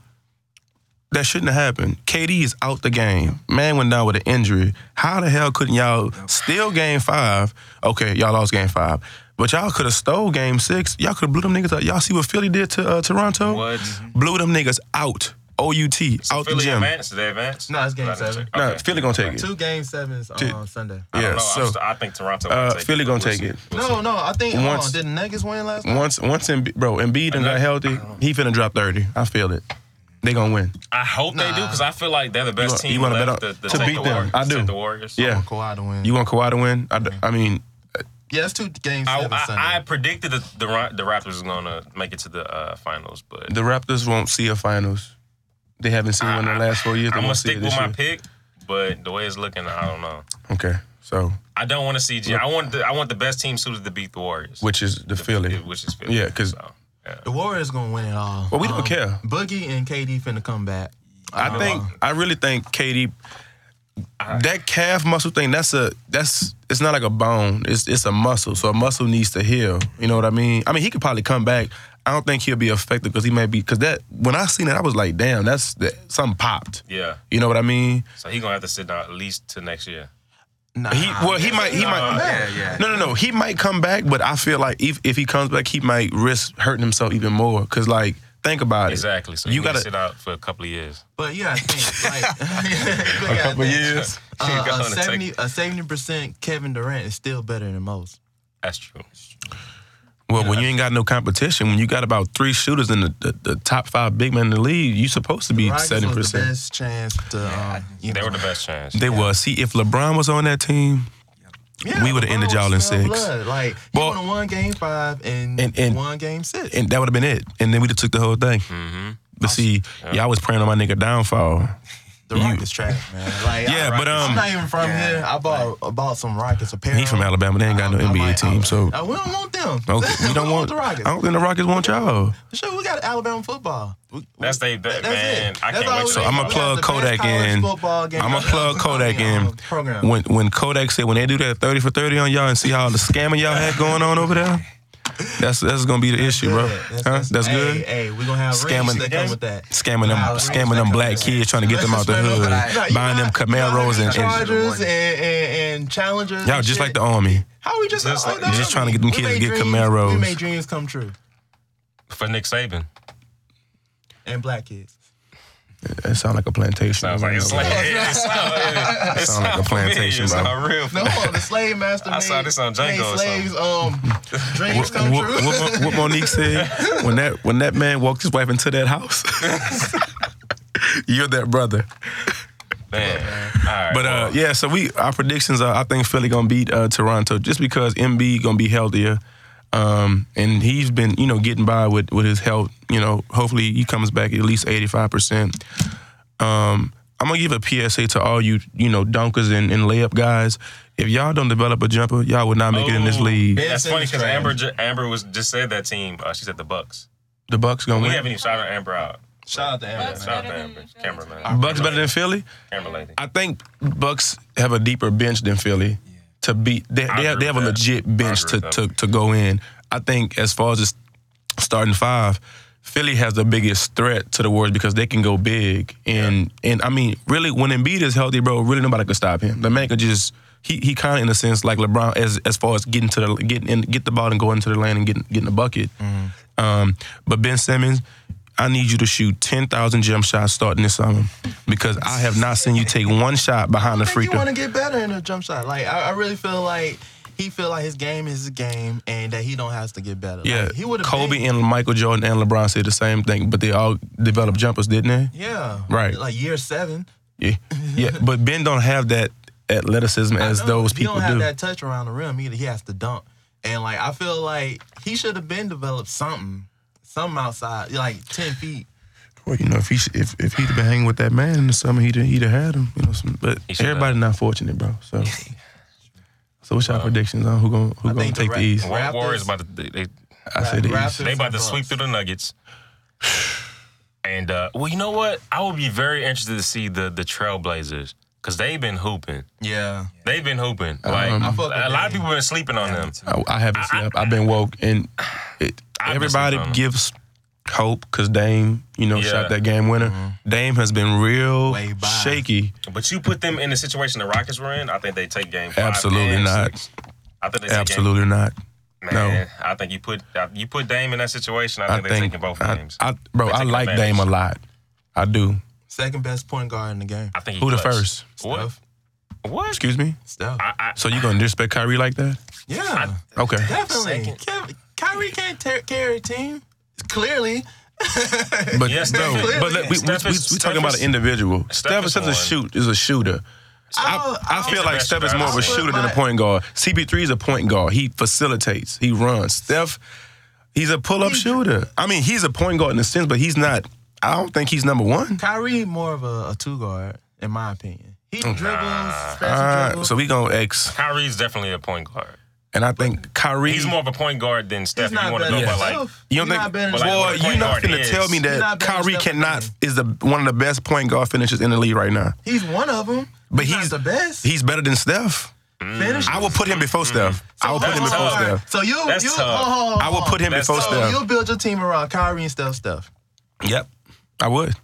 S2: that shouldn't have happened. KD is out the game. Man went down with an injury. How the hell couldn't y'all steal Game Five? Okay, y'all lost Game Five, but y'all could have stole Game Six. Y'all could have blew them niggas out. Y'all see what Philly did to uh, Toronto?
S1: What?
S2: Blew them niggas out. O U T
S1: So
S2: out the
S1: Philly
S2: gym.
S1: advance? Did they advance?
S3: No, it's game
S1: I didn't
S3: seven.
S1: check.
S2: No,
S1: Okay.
S2: Philly gonna take it.
S3: Two game sevens on
S2: Two-
S3: Sunday.
S1: I don't
S2: Yeah,
S1: know.
S2: so
S1: I'm st- I think Toronto.
S2: uh,
S1: will take
S2: Philly
S1: it.
S2: gonna
S1: We'll
S2: take
S1: see.
S2: it.
S1: We'll
S3: No,
S1: see.
S3: no, I think
S2: Once-
S3: uh, did the Nuggets win last night?
S2: once once in bro Embiid and
S1: Another-
S2: not healthy, he finna drop thirty. I feel it. They gonna win.
S1: I hope they do because I feel like they're the best
S2: You
S1: team
S2: wanna- you wanna
S1: left
S2: bet on-
S1: to, to,
S2: to
S1: take
S2: beat
S1: the
S2: them.
S1: Warriors.
S2: I do.
S1: Take the Warriors.
S2: Yeah.
S3: For Kawhi to win.
S2: You want Kawhi to win? I, d-
S1: Mm-hmm.
S2: I mean,
S3: yeah, it's two game
S1: I,
S3: sevens Sunday.
S1: I, I predicted that the Ra- the Raptors were gonna make it to the uh, finals, but
S2: the Raptors won't see a finals. They haven't seen one in the last four years. They
S1: I'm gonna
S2: won't see
S1: stick
S2: it
S1: with
S2: this
S1: my
S2: year.
S1: pick. But the way it's looking, I don't know.
S2: Okay, so
S1: I don't want to see. G- I want the, I want the best team suited to beat the Warriors,
S2: which is the Philly?
S1: which is Philly.
S2: Yeah, 'cause-
S1: So, yeah.
S3: the Warriors gonna win it all. Um,
S2: Well, we
S1: Um,
S2: don't care.
S3: Boogie and KD finna come back.
S2: I think I really think Katie that calf muscle thing that's a that's it's not like a bone it's it's a muscle so a muscle needs to heal you know what I mean I mean he could probably come back I don't think he'll be affected because he may be because that when I seen it I was like damn that's that, something popped
S1: yeah.
S2: you know what I mean
S1: So he gonna have to sit down at least to next year.
S3: Nah,
S2: he well he might he might
S4: yeah, yeah.
S2: no no no he might come back but I feel like if if he comes back he might risk hurting himself even more because like think about it
S1: Exactly. So
S2: You
S1: you gotta
S2: gotta-
S1: sit out for a couple of years.
S3: but yeah, I think like you gotta
S2: a couple
S3: think,
S2: years
S3: uh,
S1: You
S3: a
S1: gotta take-
S3: seventy a seventy percent Kevin Durant is still better than most.
S1: That's true.
S2: Well, when you ain't got no competition, when you got about three shooters in the, the, the top five big men in the league, you supposed to be
S3: Rockets was
S2: seventy
S3: the
S2: percent.
S3: best chance to um, you
S1: They
S3: know.
S1: were the best chance.
S2: They was. See, if LeBron was on that team,
S3: Yeah,
S2: we would've
S3: LeBron
S2: ended y'all in
S3: was still
S2: six.
S3: blood. Like
S2: Well-
S3: he won one game five and,
S2: And- and-
S3: one game six.
S2: and that would have been it, and then we'd have took the whole thing.
S3: Mm-hmm.
S2: But see, y'all was praying on my nigga downfall.
S3: the Rockets trash, man. Like
S2: Yeah,
S3: I,
S2: but, um,
S3: I'm not even from
S4: yeah,
S3: here. I bought I bought some Rockets apparel.
S2: He from Alabama. They ain't got no
S3: I- I
S2: NBA
S3: might- I-
S2: team, so
S3: Uh, we don't want them.
S2: okay, we don't want. Oh.
S3: the
S2: I
S3: Rockets.
S2: don't think the Rockets want y'all.
S3: Sure, we got Alabama football. We- we-
S1: That's they- that- man, I can't
S3: all
S1: wait
S3: we
S1: to-
S3: got.
S2: I'ma
S3: We got
S2: plug
S3: the best
S2: Kodak
S3: college
S2: in.
S3: football game
S2: I'ma
S3: ever.
S2: plug Kodak
S3: I mean,
S2: in.
S3: um, Program.
S2: When when Kodak said when they do that thirty for thirty on y'all and see how the scamming y'all had going on over there, that's that's gonna be the issue, bro. Huh? That's
S3: hey,
S2: good.
S3: Hey, we gonna have
S2: Scamming-
S3: scamming that come with that.
S2: scamming them,
S3: Nah,
S2: scamming them black kids, trying to get them out the hood,
S3: Nah, you
S2: buying them
S3: got-
S2: Camaros
S3: you got
S2: and, and
S3: Chargers and, and, and Challengers.
S2: y'all
S3: and
S2: just
S3: shit.
S2: like the army.
S3: How we just
S1: Just
S3: oh,
S1: like-
S3: no,
S2: just trying to get them
S3: we
S2: kids to
S3: made
S2: get
S3: dreams-
S2: Camaros.
S3: We made dreams come true
S1: for Nick Saban.
S3: and black kids.
S2: That sound like a plantation.
S1: Sounds like it's like it sounds like, it
S2: Sound like a plantation,
S1: familiar. It's
S2: bro.
S1: not real.
S3: No, the slave master.
S1: I saw
S3: made-
S1: this on Django
S3: made
S1: or
S3: Slaves, um, dreams
S2: what,
S3: come
S2: what-
S3: true.
S2: what Mon- what Monique said when that when that man walked his wife into that house. You're that brother,
S1: Man. All right.
S2: but uh, yeah. So we our predictions are I think Philly gonna beat uh, Toronto just because MB gonna be healthier, um, and he's been you know getting by with with his health. You know, hopefully he comes back at least eighty five percent. Um, I'm gonna give a PSA to all you you know dunkers and, and layup guys. If y'all don't develop a jumper, y'all would not make it in this
S1: Oh,
S2: league.
S1: yeah, That's
S3: Ben
S1: funny because
S3: Simmons
S1: Amber ju- Amber was just said that team. Uh, she said the Bucks.
S2: The Bucks gonna
S1: We
S2: win.
S1: haven't even shouted Amber out.
S3: Shout out to Amber.
S1: Yeah, shout out to Amber, camera man,
S2: Bucks better than Philly.
S1: camera lady.
S2: I think Bucks have a deeper bench than Philly to beat. They,
S1: I
S2: they, have,
S1: agree
S2: they have a
S1: with that.
S2: legit bench
S1: I
S2: to,
S1: agree with
S2: to to go in. I think as far as just starting five, Philly has the biggest threat to the Warriors because they can go big and and I mean really when Embiid is healthy, bro, really nobody could stop him. The man could just. He, he kind of in a sense like LeBron as as far as getting to the getting in, get the ball and going to the lane and getting getting the bucket. Um, but Ben Simmons, I need you to shoot ten thousand jump shots starting this summer because I have not seen you take one shot behind the
S3: I think
S2: free
S3: you
S2: throw.
S3: want to get better in a jump shot. Like I, I really feel like he feel like his game is his game, and that he don't have to get better. Like,
S2: Yeah,
S3: he would have.
S2: Kobe and Michael Jordan and LeBron said the same thing, but they all developed jumpers, didn't they?
S3: yeah,
S2: Right.
S3: Like year seven,
S2: Yeah, yeah. But Ben don't have that athleticism as
S3: No,
S2: those
S3: he
S2: people
S3: don't have
S2: do.
S3: that touch around the rim either. He has to dunk, and like I feel like he should have been developed something, something outside, like ten feet.
S2: Well, you know, if he sh- if if he'd been hanging with that man in the summer, he'd he'd have had him. You know, some, but
S1: He should've.
S2: everybody's not fortunate, bro. So, so what's your predictions on who gonna who
S3: I
S2: gonna
S3: think the
S2: take the
S3: Ra-
S2: East?
S1: War-
S3: Raptors-
S1: Warriors about to they they,
S2: I say the East.
S3: Raptors
S1: they about to
S3: and
S1: sweep
S3: Bucks.
S1: through the Nuggets. And uh, well, you know what? I would be very interested to see the the Trailblazers because they've been hooping.
S3: Yeah,
S1: They've been hooping. Like
S2: Um, I
S3: fuck with
S1: a lot
S3: Dame.
S1: of people been sleeping on them.
S2: I, I haven't slept. I've been woke, and it,
S1: I've been
S2: everybody
S1: sleeping on him.
S2: gives hope because Dame, you know,
S1: Yeah.
S2: shot that game winner. Dame has been real
S3: Mm-hmm. Way by.
S2: shaky.
S1: But you put them in the situation the Rockets were in. I think they take game. Five
S2: Absolutely
S1: and
S2: not.
S1: six. I think they take game
S2: Absolutely not.
S1: Man, I think uh, you put you put Dame in that situation. I think they're taking both
S2: I,
S1: games.
S2: I, bro,
S1: They're
S2: I
S1: taking
S2: like
S1: advantage.
S2: Dame a lot. I do.
S3: Second best point guard in the game.
S1: I think he
S2: Who the
S1: clutch.
S2: first?
S1: What?
S3: Steph.
S1: What?
S2: Excuse me.
S3: Steph.
S1: I, I,
S2: So you gonna disrespect Kyrie like that?
S3: yeah.
S2: Okay.
S3: definitely.
S1: Second.
S3: Kevin, Kyrie can't ter- carry a team. Clearly.
S2: But
S1: Yes,
S2: no,
S1: Steph-
S2: but let- we, we,
S1: Steph
S2: we,
S1: is-
S2: we
S1: Steph
S2: talking about
S1: is-
S2: an individual. Steph
S1: Steph
S2: is
S1: is
S2: such a
S1: one.
S2: shoot is a shooter. I, I
S3: don't- don't-
S1: He's
S2: feel
S1: the
S2: like
S1: best
S2: Steph is more of a
S1: shooter.
S2: shooter than a
S3: But-
S2: point guard. CP3 is a point guard. He facilitates. He runs. Steph, he's a pull-up shooter. I mean, he's a point guard in a sense, but he's not. I don't think he's number one.
S3: Kyrie more of a, a two guard, in my opinion. He
S2: Oh,
S3: dribbles, special
S2: Uh,
S3: dribbles.
S2: so we gonna X,
S1: Kyrie's definitely a point guard.
S2: and I think Kyrie.
S1: He's more of a point guard than Steph.
S3: he's
S1: If you
S3: not
S1: want to
S3: better
S1: go
S3: than
S1: by
S2: Yes.
S1: like,
S3: Steph.
S2: You don't
S3: He's
S2: think?
S3: not better than
S1: Well,
S3: Steph.
S2: Boy,
S1: what a
S2: you're
S1: point
S2: not
S1: guard
S2: gonna
S1: is.
S2: tell me
S3: He's
S2: that
S3: not better than
S2: Kyrie
S3: Steph
S2: cannot
S3: Curry.
S2: is the one of the best point guard finishers in the league right now.
S3: He's one of them.
S2: But
S3: not
S2: he's-
S3: the best.
S2: He's better than Steph.
S3: Finish.
S2: I will put him before Steph. I will put him
S1: that's
S2: before
S1: hard.
S2: Steph.
S3: So you,
S1: That's
S3: you,
S1: tough.
S3: oh,
S2: I will put him
S1: That's
S2: before
S1: tough.
S3: So
S2: Steph.
S3: you'll build your team around Kyrie and Steph. Stuff.
S2: Yep, I would.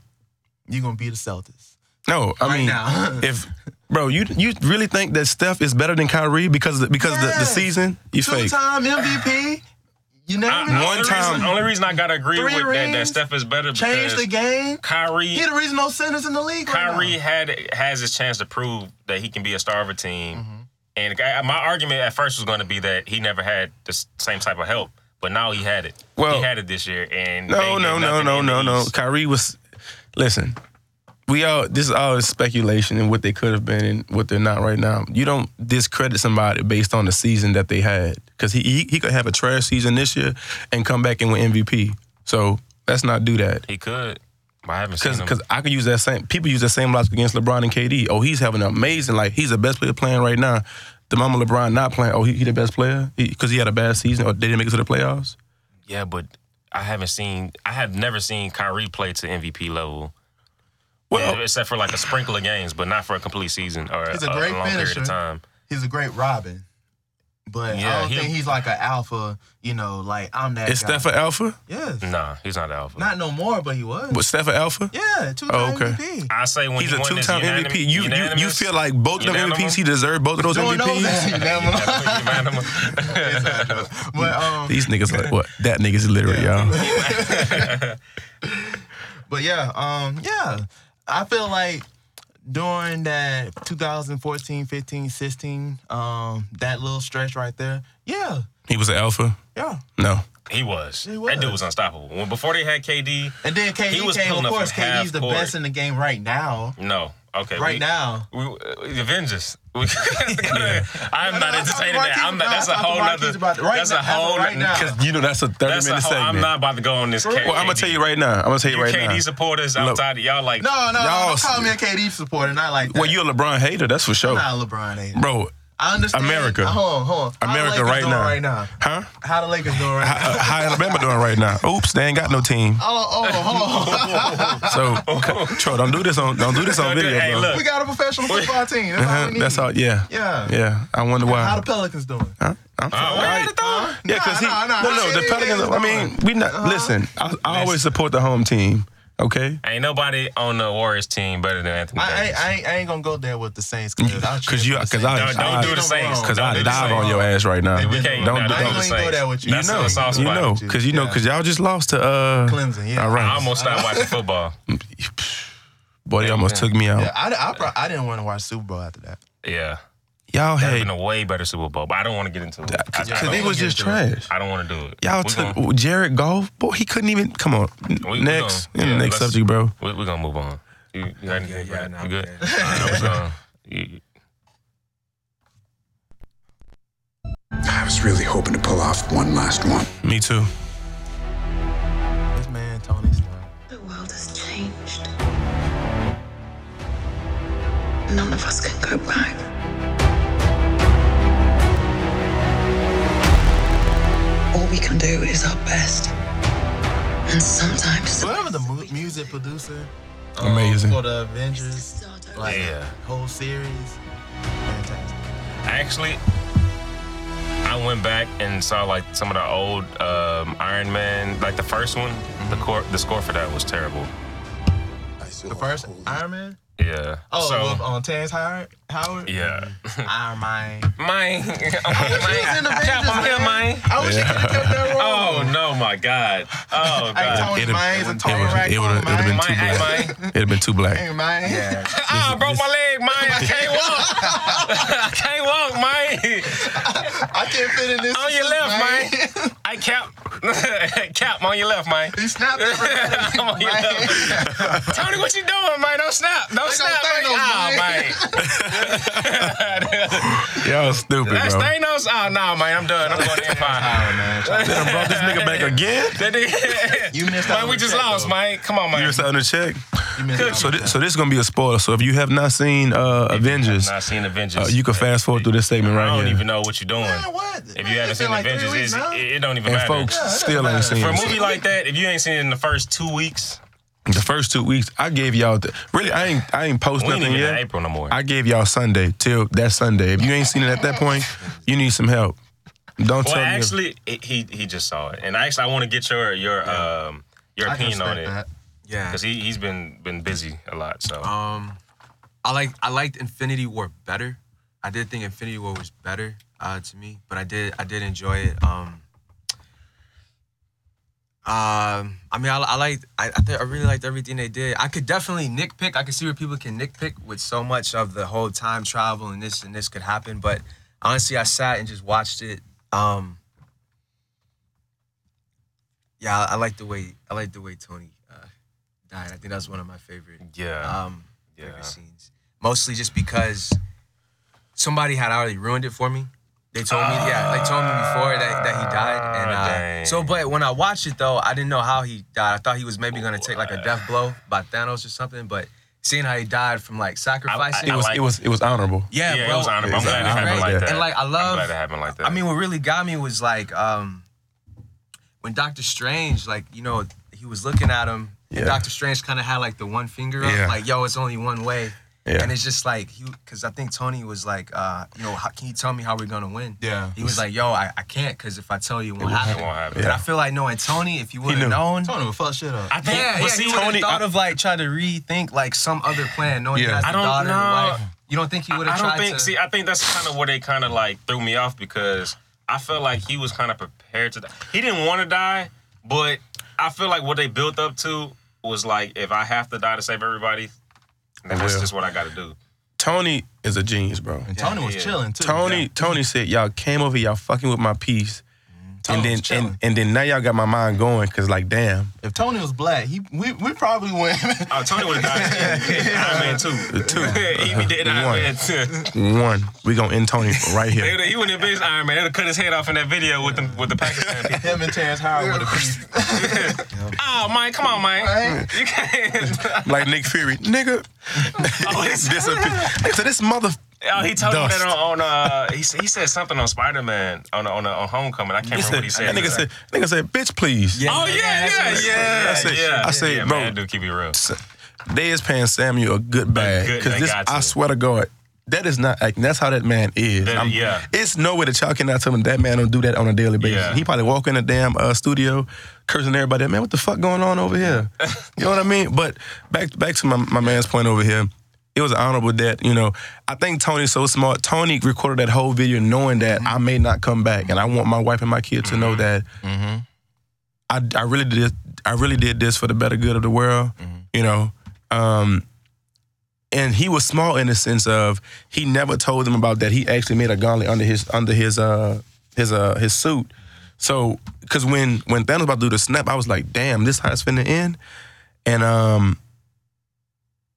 S3: You're gonna be the Celtics.
S2: No, I
S3: Right
S2: mean,
S3: now.
S2: if bro, you you really think that Steph is better than Kyrie because of the, because of the, the
S3: Yes.
S2: season you fake?
S3: Two-time MVP. You never
S1: I, I-
S2: One
S1: only
S2: time-
S1: Reason, only reason I gotta agree
S3: Three
S1: with that, that
S3: rings,
S1: Steph is better
S3: changed
S1: because
S3: the game.
S1: Kyrie
S3: He the reason no centers in the league.
S1: Kyrie
S3: right
S1: had has his chance to prove that he can be a star of a team.
S3: Mm-hmm.
S1: And I- my argument at first was going to be that he never had the s- same type of help, but now he had it.
S2: Well-
S1: he had it this year, and they
S2: No,
S1: did
S2: no, no,
S1: nothing
S2: no,
S1: in the
S2: no, no.
S1: East.
S2: Kyrie was. Listen, we all. This is all speculation and what they could have been and what they're not right now. You don't discredit somebody based on the season that they had because he, he he could have a trash season this year and come back and win MVP. So let's not do that.
S1: He could. But I haven't seen
S2: Cause,
S1: him.
S2: Cause, I could use that same. People use that same logic against LeBron and KD. Oh, he's having an amazing. Like he's the best player playing right now. The moment LeBron not playing, oh, he, he the best player because he, had a bad season or they didn't make it to the playoffs.
S1: yeah, but I haven't seen. I have never seen Kyrie play to MVP level.
S2: Well,
S1: eh, except for like a sprinkle of games, but not for a complete season or
S3: He's
S1: a,
S3: a great
S1: a long period
S3: finisher.
S1: of time.
S3: He's a great Robin. But I
S1: Yeah,
S3: don't
S1: he-
S3: think he's like an alpha. You know, like I'm that.
S2: is
S3: guy.
S2: Steph an alpha?
S3: Yes.
S1: Nah, he's not the alpha.
S3: Not no more, but he was.
S2: Was Steph an alpha?
S3: Yeah, two-time
S2: Oh, okay.
S3: MVP.
S1: I say when
S2: He's
S1: he
S2: a
S1: won this
S2: two-time
S1: unanim-
S2: MVP. You, you you
S1: unanimous-
S2: feel like both of them
S1: Unanimous?
S2: MVPs he deserved both of those
S3: Doing those
S2: MVPs.
S1: Unanimous?
S3: but um,
S2: These niggas like what? That niggas illiterate, y'all.
S3: but yeah, um, yeah. I feel like during that 2014, 15, 16, um, that little stretch right there. Yeah,
S2: He was an alpha.
S3: yeah.
S2: No,
S1: He was.
S3: He was.
S1: That dude was unstoppable. When before they had KD,
S3: And then KD
S1: He was
S3: came.
S1: pulling
S3: Of
S1: up
S3: course,
S1: from half
S3: KD's the
S1: court.
S3: best in the game right now.
S1: no. Okay.
S3: Right
S1: we,
S3: now.
S1: We, uh, the Avengers. We- I'm
S3: No, no,
S1: not
S3: I'm
S1: entertaining that.
S3: talking about
S1: I'm not.
S3: Keith-
S1: That's a
S3: I'm talking
S1: whole
S3: about
S1: other.
S3: Keith about the- right
S1: that's
S3: now,
S1: a
S3: as of
S1: whole
S3: right
S1: nother-
S3: now.
S2: because you know that's a thirty
S1: That's a
S2: minute
S1: whole.
S2: segment.
S1: I'm not about to go on this.
S3: real?
S2: well, I'm gonna tell you right now. I'm gonna tell you
S1: Your
S2: right
S1: KD
S2: now.
S1: supporters
S2: Look.
S1: outside of y'all like.
S3: No, no,
S2: Y'all
S3: no. Don't call me a KD supporter, not like that.
S2: Well, you're a LeBron hater. That's for sure,
S3: not LeBron. Ain't.
S2: bro.
S3: I understand.
S2: America.
S3: Hold on, hold on. How the
S2: America
S3: Lakers
S2: right
S3: doing
S2: now.
S3: right now.
S2: Huh?
S3: How the Lakers doing right now?
S2: How, how Alabama doing right now? Oops, they ain't got no team.
S3: Oh, oh, hold on.
S2: So, Troy, don't do this on don't do this
S1: Don't
S2: on
S1: do-
S2: video,
S1: hey,
S2: bro.
S1: look.
S3: we got a professional football team. That's all
S2: Uh-huh,
S3: we need.
S2: That's all. Yeah.
S3: Yeah.
S2: Yeah. I wonder why.
S3: How the Pelicans doing?
S2: Huh? I'm fine.
S1: Oh, had
S2: Right.
S3: Huh?
S2: Yeah, because he
S3: Nah, nah, nah.
S2: no no the
S3: Shit,
S2: Pelicans.
S3: Lakers
S2: I mean,
S3: doing.
S2: we not listen. I, I always support the home team. Okay.
S1: Ain't nobody on the Warriors team better than Anthony
S3: I,
S1: Davis.
S3: ain't- I, ain't- I ain't gonna go there with the Saints because
S2: Because you, because I,
S1: Don't- don't
S2: I,
S1: do the Saints.
S2: Because I
S1: Don't do the
S2: dive on
S1: Saints.
S2: your ass right now.
S3: We
S1: can't-
S2: Don't,
S1: nah, don't do
S2: do
S3: I
S1: the
S3: ain't gonna go
S1: Saints.
S3: there with you.
S1: That's
S3: You
S1: a soft
S2: You
S1: spot.
S2: know, because you know, because y'all just lost to uh,
S3: Clemson, yeah.
S2: All
S1: I
S2: right.
S1: almost stopped watching football.
S2: Boy, they almost took me out.
S3: Yeah, I, I, pro- I didn't want to watch Super Bowl after that.
S1: Yeah,
S2: Y'all
S1: that'd
S2: had
S1: have been a way better Super Bowl, but I don't want to get into it. I, I
S2: because
S1: don't-
S2: it was just trash.
S1: I don't want to do it.
S2: Y'all
S1: We
S2: took
S1: gonna-
S2: Jared Goff. Boy, he couldn't even. Come on.
S1: we
S2: next,
S1: gonna- yeah,
S2: next
S1: let's-
S2: subject, bro.
S1: We're we are going to move on. You, you got
S4: Yeah,
S1: anything?
S4: yeah,
S1: Brad?
S4: nah,
S1: you
S4: I'm
S1: good?
S4: good.
S1: All right, I'm done. You-
S8: I was really hoping to pull off one last one.
S2: Me too.
S3: This man, Tony Stark.
S9: The world has changed. None of us can go back. All we can do is our best. And sometimes.
S3: Whoever the mu- music producer um,
S2: Amazing.
S3: for the Avengers,
S9: Start over.
S3: like
S1: Yeah.
S3: whole series, fantastic.
S1: Actually, I went back and saw like some of the old um, Iron Man, like the
S3: Mm-hmm.
S1: first one. The core, the score for that was terrible.
S3: The first Iron Man.
S1: Yeah.
S3: Oh,
S1: so,
S3: with, um, Terrence Howard. Howard.
S1: yeah.
S3: I mind.
S1: Mine.
S3: was
S1: Mine.
S3: in Avengers,
S1: Cap on him,
S3: man.
S1: mine.
S3: I wish you could have kept that role.
S1: Oh, no, my God. Oh,
S3: Hey,
S1: God.
S3: Tony
S2: It'd-
S3: Mines and Tony
S2: would've-
S3: Rack.
S2: it would've- it would've been
S1: Mine,
S2: too
S1: hey,
S2: black.
S1: mine.
S2: It'd have been too black.
S3: Yeah.
S1: Ah, I broke my leg, mine. I can't walk. I can't walk, mine.
S3: I can't fit in this.
S1: On your left, mine. I cap. cap, on your left, mine.
S3: He snapped it.
S1: I'm on your left. Tony, what you doing, man? Don't snap. Don't snap, man.
S3: Thanos,
S1: Ah,
S3: man.
S1: man.
S2: Y'all stupid,
S1: That's
S2: bro.
S1: Thanos. Ah, nah, man. I'm done. I'm going to Empire.
S2: Done brought this nigga back again.
S1: That nigga-
S3: You missed out.
S1: Man, we just lost,
S3: man.
S1: man. Come on, man.
S2: You were starting to check.
S3: You missed out.
S2: So, this, so this is gonna be a spoiler. So if you have not seen uh, Avengers,
S1: Not seen Avengers.
S2: uh, you can fast forward through this statement
S1: I
S2: right
S1: don't
S2: here.
S1: even know what you're doing.
S3: Man, what?
S1: If
S3: Man,
S1: you haven't
S3: it's been
S1: seen
S3: like three
S1: Avengers, it's,
S3: weeks now.
S1: it, it don't even
S2: And
S1: matter.
S2: folks,
S3: Yeah, it doesn't
S2: still ain't
S3: matter.
S2: seen
S1: For a
S2: it.
S1: movie like that, if you ain't seen it in the first two weeks,
S2: the first two weeks. I gave y'all the, really. I ain't. I ain't post
S1: we ain't
S2: nothing
S1: even
S2: yet.
S1: in April no more.
S2: I gave y'all Sunday till that Sunday. If you ain't seen it at that point, you need some help. Don't
S1: well,
S2: tell me.
S1: actually, it, he he just saw it, and actually, I want to get your your um your
S3: I can
S1: opinion on
S3: respect
S1: it
S3: that.
S4: Yeah.
S1: because he he's been been busy a lot. So
S2: Oh,
S4: Um, I like I liked Infinity War better. I did think Infinity War was better uh, to me, but I did I did enjoy it. Um, um, I mean, I, I liked I I, th- I really liked everything they did. I could definitely nitpick. I could see where people can nitpick with so much of the whole time travel and this and this could happen. But honestly, I sat and just watched it. Um, yeah, I, I like the way I like the way Tony uh, died. I think that was one of my favorite
S1: yeah,
S4: um,
S1: Yeah.
S4: favorite scenes. Mostly just because somebody had already ruined it for me. They told me, yeah, they told me before that, that he died, and
S1: Ah,
S4: uh,
S1: dang.
S4: so. But when I watched it though, I didn't know how he died. I thought he was maybe gonna take like a death blow by Thanos or something, but seeing how he died from like sacrificing,
S2: It was.
S1: I like
S2: it was. It was honorable.
S4: yeah,
S1: yeah,
S4: bro.
S1: it was honorable. I'm
S2: It's
S1: glad it happened
S2: honorable.
S1: like that.
S4: And like I
S1: I'm
S4: love,
S1: glad it happened like that.
S4: I mean, what really got me was like um, when Doctor Strange, like you know, he was looking at him.
S2: Yeah.
S4: And Doctor Strange kind of had like the one finger up,
S2: Yeah.
S4: like yo, it's only one way.
S2: Yeah.
S4: And it's just like he, because I think Tony was like, uh, you know, how, can you tell me how we're gonna win?
S3: Yeah.
S4: He was like, yo, I, I can't, because if I tell you, it won't happen.
S1: it won't happen.
S4: And I feel like knowing Tony, if you would
S2: knew.
S4: have known.
S3: Tony would fuck shit up.
S1: I think,
S4: Yeah,
S1: but
S4: yeah,
S1: see,
S4: he
S1: Tony,
S4: Tony, thought
S1: I-
S4: of like trying to rethink like some other plan, knowing he
S2: Yeah.
S4: has
S1: I
S4: the
S1: don't
S4: daughter and
S1: know.
S4: wife. You don't think he would
S1: I
S4: have
S1: don't
S4: tried
S1: think.
S4: to?
S1: See, I think that's kind of where they kind of like threw me off because I felt like he was kind of prepared to. die. He didn't want to die, but I feel like what they built up to was like, if I have to die to save everybody, then
S2: I
S1: that's
S2: will.
S1: just what I got to do.
S2: Tony is a genius, bro.
S3: And Tony was
S1: yeah.
S3: chilling too.
S2: Tony. Tony said y'all came over. Y'all fucking with my piece.
S1: Mm-hmm.
S3: Tony
S2: and
S3: was
S2: then
S3: chilling.
S2: and, and then now y'all got my mind going because like damn
S3: If Tony was black, he we, we probably win.
S1: Oh, Tony would have died. in Iron Man two,
S2: Two.
S1: he be dead in Iron
S2: One.
S1: Man two.
S2: one we gonna end Tony right
S1: They
S2: here
S1: would've- He wouldn't have been Iron Man. They'd have cut his head off in that video with the with the Pakistan people.
S3: Him and Terrence Howard would have been.
S1: Oh, man, come on, man. You can't.
S2: like Nick Fury nigga
S1: Oh, it's-
S2: disappear so this mother
S1: Oh, he told
S2: Dust.
S1: him that on, on uh, he, said- he said something on Spider Man on on uh, on Homecoming. I can't
S2: he
S1: remember
S2: said,
S1: what he said.
S2: that nigga said nigga said bitch please
S1: Oh yeah, yeah, yeah, yeah.
S2: I said-
S1: yeah,
S2: I said,
S1: yeah,
S2: bro.
S1: man, dude, keep it real.
S2: they is paying Samuel a good bag
S1: good-
S2: because
S1: they
S2: this.
S1: got to.
S2: I swear to God, that is not acting. That's how that man is.
S1: That-
S2: I'm-
S1: yeah.
S2: it's no way that y'all cannot tell him that man don't do that on a daily basis.
S1: Yeah.
S2: He probably walk in the damn uh, studio cursing everybody. Man, what the fuck going on over here? you know what I mean? But back back to my, my man's point over here. It was honorable that you know. I think Tony's so smart. Tony recorded that whole video knowing that I may not come back, and I want my wife and my kids to know
S1: Mm-hmm.
S2: that. I, I really did I really did this for the better good of the world,
S1: Mm-hmm.
S2: you know. Um, and he was small in the sense of he never told them about that. He actually made a gauntlet under his under his uh his uh his suit. So because when when Thanos about to do the snap, I was like, damn, this how it's finna end. And um,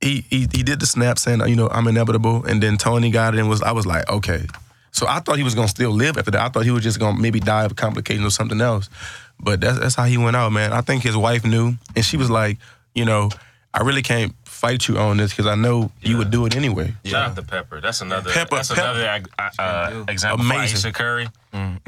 S2: he he he did the snap saying, you know, I'm inevitable. And then Tony got it and was I was like, okay. So I thought he was gonna still live after that. I thought he was just gonna maybe die of complications or something else. But that's that's how he went out, man. I think his wife knew, and she was like, you know, I really can't fight you on this because I know you would do it anyway.
S1: Shout out to Pepper. That's another.
S2: Pepper,
S1: that's
S2: Pepper.
S1: another uh, uh, example. Amazing.
S2: Amazing. Mm. Oh,
S1: Aisha Curry.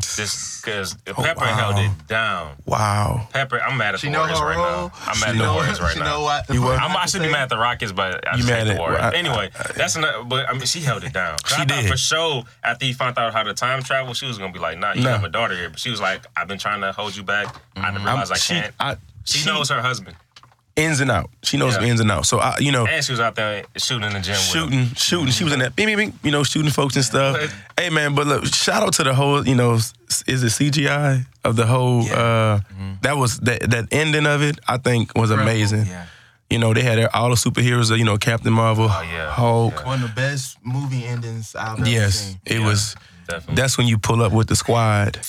S1: Just because Pepper
S2: wow.
S1: held it down.
S2: Wow.
S1: Pepper, I'm mad at
S3: She
S1: the
S3: know
S1: Warriors
S3: her
S1: right
S3: role.
S1: now. I'm mad
S3: She
S1: at the
S3: know-
S1: Warriors right
S3: she
S1: now.
S3: know what.
S2: You what?
S1: I'm, I should be mad at the Rockets, but I
S2: You
S1: just
S2: mad
S1: hate
S2: at-
S1: the Warriors.
S2: I- I-
S1: anyway, that's another. But I mean, she held it down. 'Cause
S2: She
S1: I thought
S2: did.
S1: for sure after he found out how to time travel, she was gonna be like, "Nah, you
S2: Nah. Mm-hmm.
S1: have a daughter here." But she was like, "I've been trying to hold you back. I didn't
S2: I'm-
S1: realize I
S2: she,
S1: can't."
S2: I,
S1: she, knows her husband.
S2: ins and out. She knows the ins and out. So I, you know,
S1: And she was out there shooting in the gym. With him.
S2: shooting, shooting. She was in that, bing, bing, bing, you know, shooting folks and stuff.
S1: But-
S2: Hey man, but look, shout out to the whole, you know, s- is it CGI of the whole? uh
S1: Mm-hmm.
S2: That was that that ending of it. I think was amazing.
S4: Yeah.
S2: You know, they had their- all the superheroes. You know, Captain Marvel,
S1: Oh, yeah.
S2: Hulk.
S1: Yeah.
S3: One of the best movie endings I've ever
S2: Yes,
S3: seen.
S2: it
S1: Yeah.
S2: was.
S1: Definitely.
S2: That's when you pull up with the squad.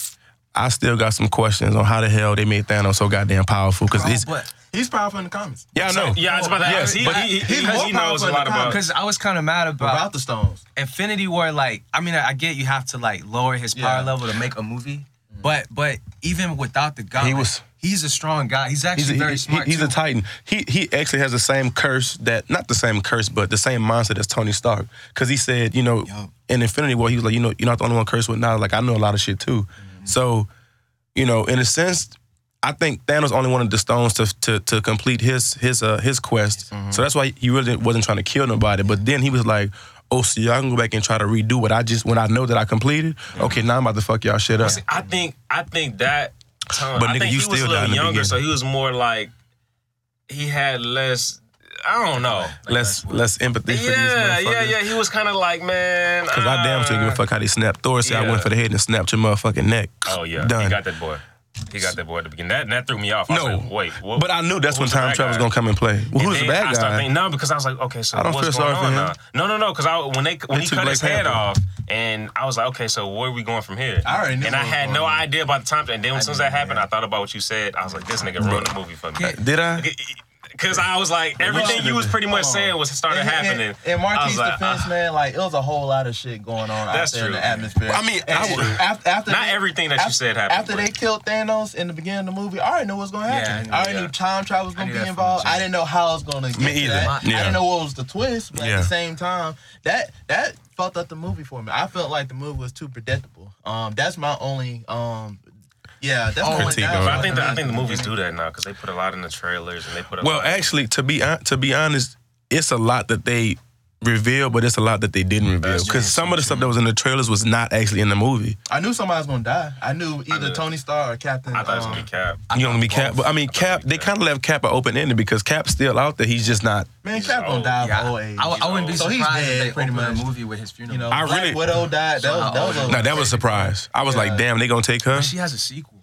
S2: I still got some questions on how the hell they made Thanos so goddamn powerful because it's
S4: But
S3: He's powerful in the comics.
S2: yeah I know
S1: Oh. yeah, I was about to
S2: Yes,
S1: ask. He,
S2: but
S1: he, he,
S3: he's more
S1: he knows a
S3: powerful
S1: lot
S3: than Khan,
S1: about.
S4: because I was kind of mad about
S3: Uh, Without the stones.
S4: Infinity War, like I mean, I, I get you have to like lower his power
S3: Yeah. Mm.
S4: level to make a movie, but but even without the guy,
S2: He was-
S4: he's a strong guy. He's actually
S2: he's a,
S4: very
S2: he-
S4: smart.
S2: he- he's a
S4: too.
S2: titan. He he actually has the same curse that not the same curse, but the same mindset as Tony Stark. Because he said, you know,
S4: Yup.
S2: in Infinity War, he was like, you know, you're not the only one cursed with knowledge. Like I know a lot of shit too. So, you know, in a sense, I think Thanos only wanted the stones to to, to complete his his uh, his quest. So that's why he really wasn't trying to kill nobody. But then he was like. Oh, so y'all can go back and try to redo what I just when I know that I completed. Okay, now I'm about to fuck y'all shit up.
S1: See, I think I think that time.
S2: But
S1: I
S2: nigga,
S1: think
S2: you
S1: he was
S2: still
S1: a
S2: down
S1: little
S2: in the
S1: younger, so
S2: beginning.
S1: he was more like he had less. I don't know.
S2: Less less empathy for these
S1: yeah,
S2: motherfuckers.
S1: yeah, yeah. He was kind of like, man.
S2: Cause I damn
S1: uh,
S2: sure give a fuck how they snap. Thor said I
S1: Yeah.
S2: went for the head and snapped your motherfucking neck.
S1: Oh yeah,
S2: done.
S1: he got that boy. He got that boy at the beginning. That that threw me off. I
S2: No.
S1: said, wait, what?
S2: but I knew that's
S1: who
S2: when
S1: was the
S2: time
S1: bad
S2: travel's
S1: guy?
S2: gonna come and play.
S1: And
S2: Well, who's the
S1: then I
S2: bad
S1: start
S2: guy?
S1: thinking, no, because I was like, okay, so
S2: I don't
S1: what's
S2: feel
S1: going
S2: sorry for
S1: on
S2: him.
S1: now? No, no, no, because I when they when
S2: They
S1: he
S2: took
S1: cut his
S2: Black
S1: head
S2: Panther.
S1: off, and I was like, okay, so where are we going from here?
S3: I already knew
S1: and I
S3: what was
S1: had
S3: going
S1: no
S3: on.
S1: idea about the time. And then as soon as that happened, I thought about what you said. I was like, this nigga ruined the movie for me.
S2: Did I?
S1: Because I was like, everything you was pretty much
S3: Hold on.
S1: saying was started
S3: In- in-
S1: happening.
S3: In
S1: I
S3: Marquis'
S1: was like,
S3: defense,
S1: uh,
S3: man, like it was a whole lot of shit going on
S1: That's
S3: out there in
S1: true.
S3: the atmosphere.
S2: I mean,
S3: And
S2: I would-
S3: after, after
S1: Not
S3: they-
S1: everything that you
S3: after,
S1: said happened,
S3: After
S1: but-
S3: they killed Thanos in the beginning of the movie, I already knew what was gonna
S4: Yeah, I
S3: happen.
S4: knew-
S3: I, already
S1: yeah.
S3: knew time travel was
S4: I
S3: gonna
S4: knew
S3: be
S4: that from
S3: involved.
S4: the jump.
S3: I didn't know how it was gonna get to
S2: either.
S3: that.
S2: Yeah.
S3: I didn't know what was the twist, but at
S2: Yeah.
S3: the same time, that that fucked up the movie for me. I felt like the movie was too predictable. Um, that's my only um, yeah, that's my only
S2: Oh, Critique
S3: downside.
S2: of it.
S1: but I think that, I think the movies do that now because they put a lot in the trailers and they put a
S2: Well,
S1: lot.
S2: actually, to be hon- to be honest, it's a lot that they revealed, but it's a lot that they didn't reveal.
S1: true,
S2: Because some of the stuff that was in the trailers was not actually in the movie.
S3: I knew somebody was gonna die. I knew either
S1: knew.
S3: Tony Stark or Captain.
S1: I thought it was gonna
S3: um,
S1: be Cap.
S2: you know what I mean? Cap, but I mean Cap. They kind of left Cap an open ended because Cap's still out there. He's just not.
S3: Man,
S1: He's
S3: Cap gonna
S1: old.
S3: die
S4: Yeah,
S3: of old age.
S4: I, I wouldn't be
S3: So he's
S4: surprised
S3: dead,
S4: if they
S3: pretty
S4: pretty
S3: much.
S4: much a movie with his funeral.
S3: You know,
S2: I
S3: Black
S2: really-
S3: Widow died. That was, that was a,
S2: No, that was a surprise. I was like,
S3: Yeah.
S2: damn, they gonna take her.
S4: she has a sequel.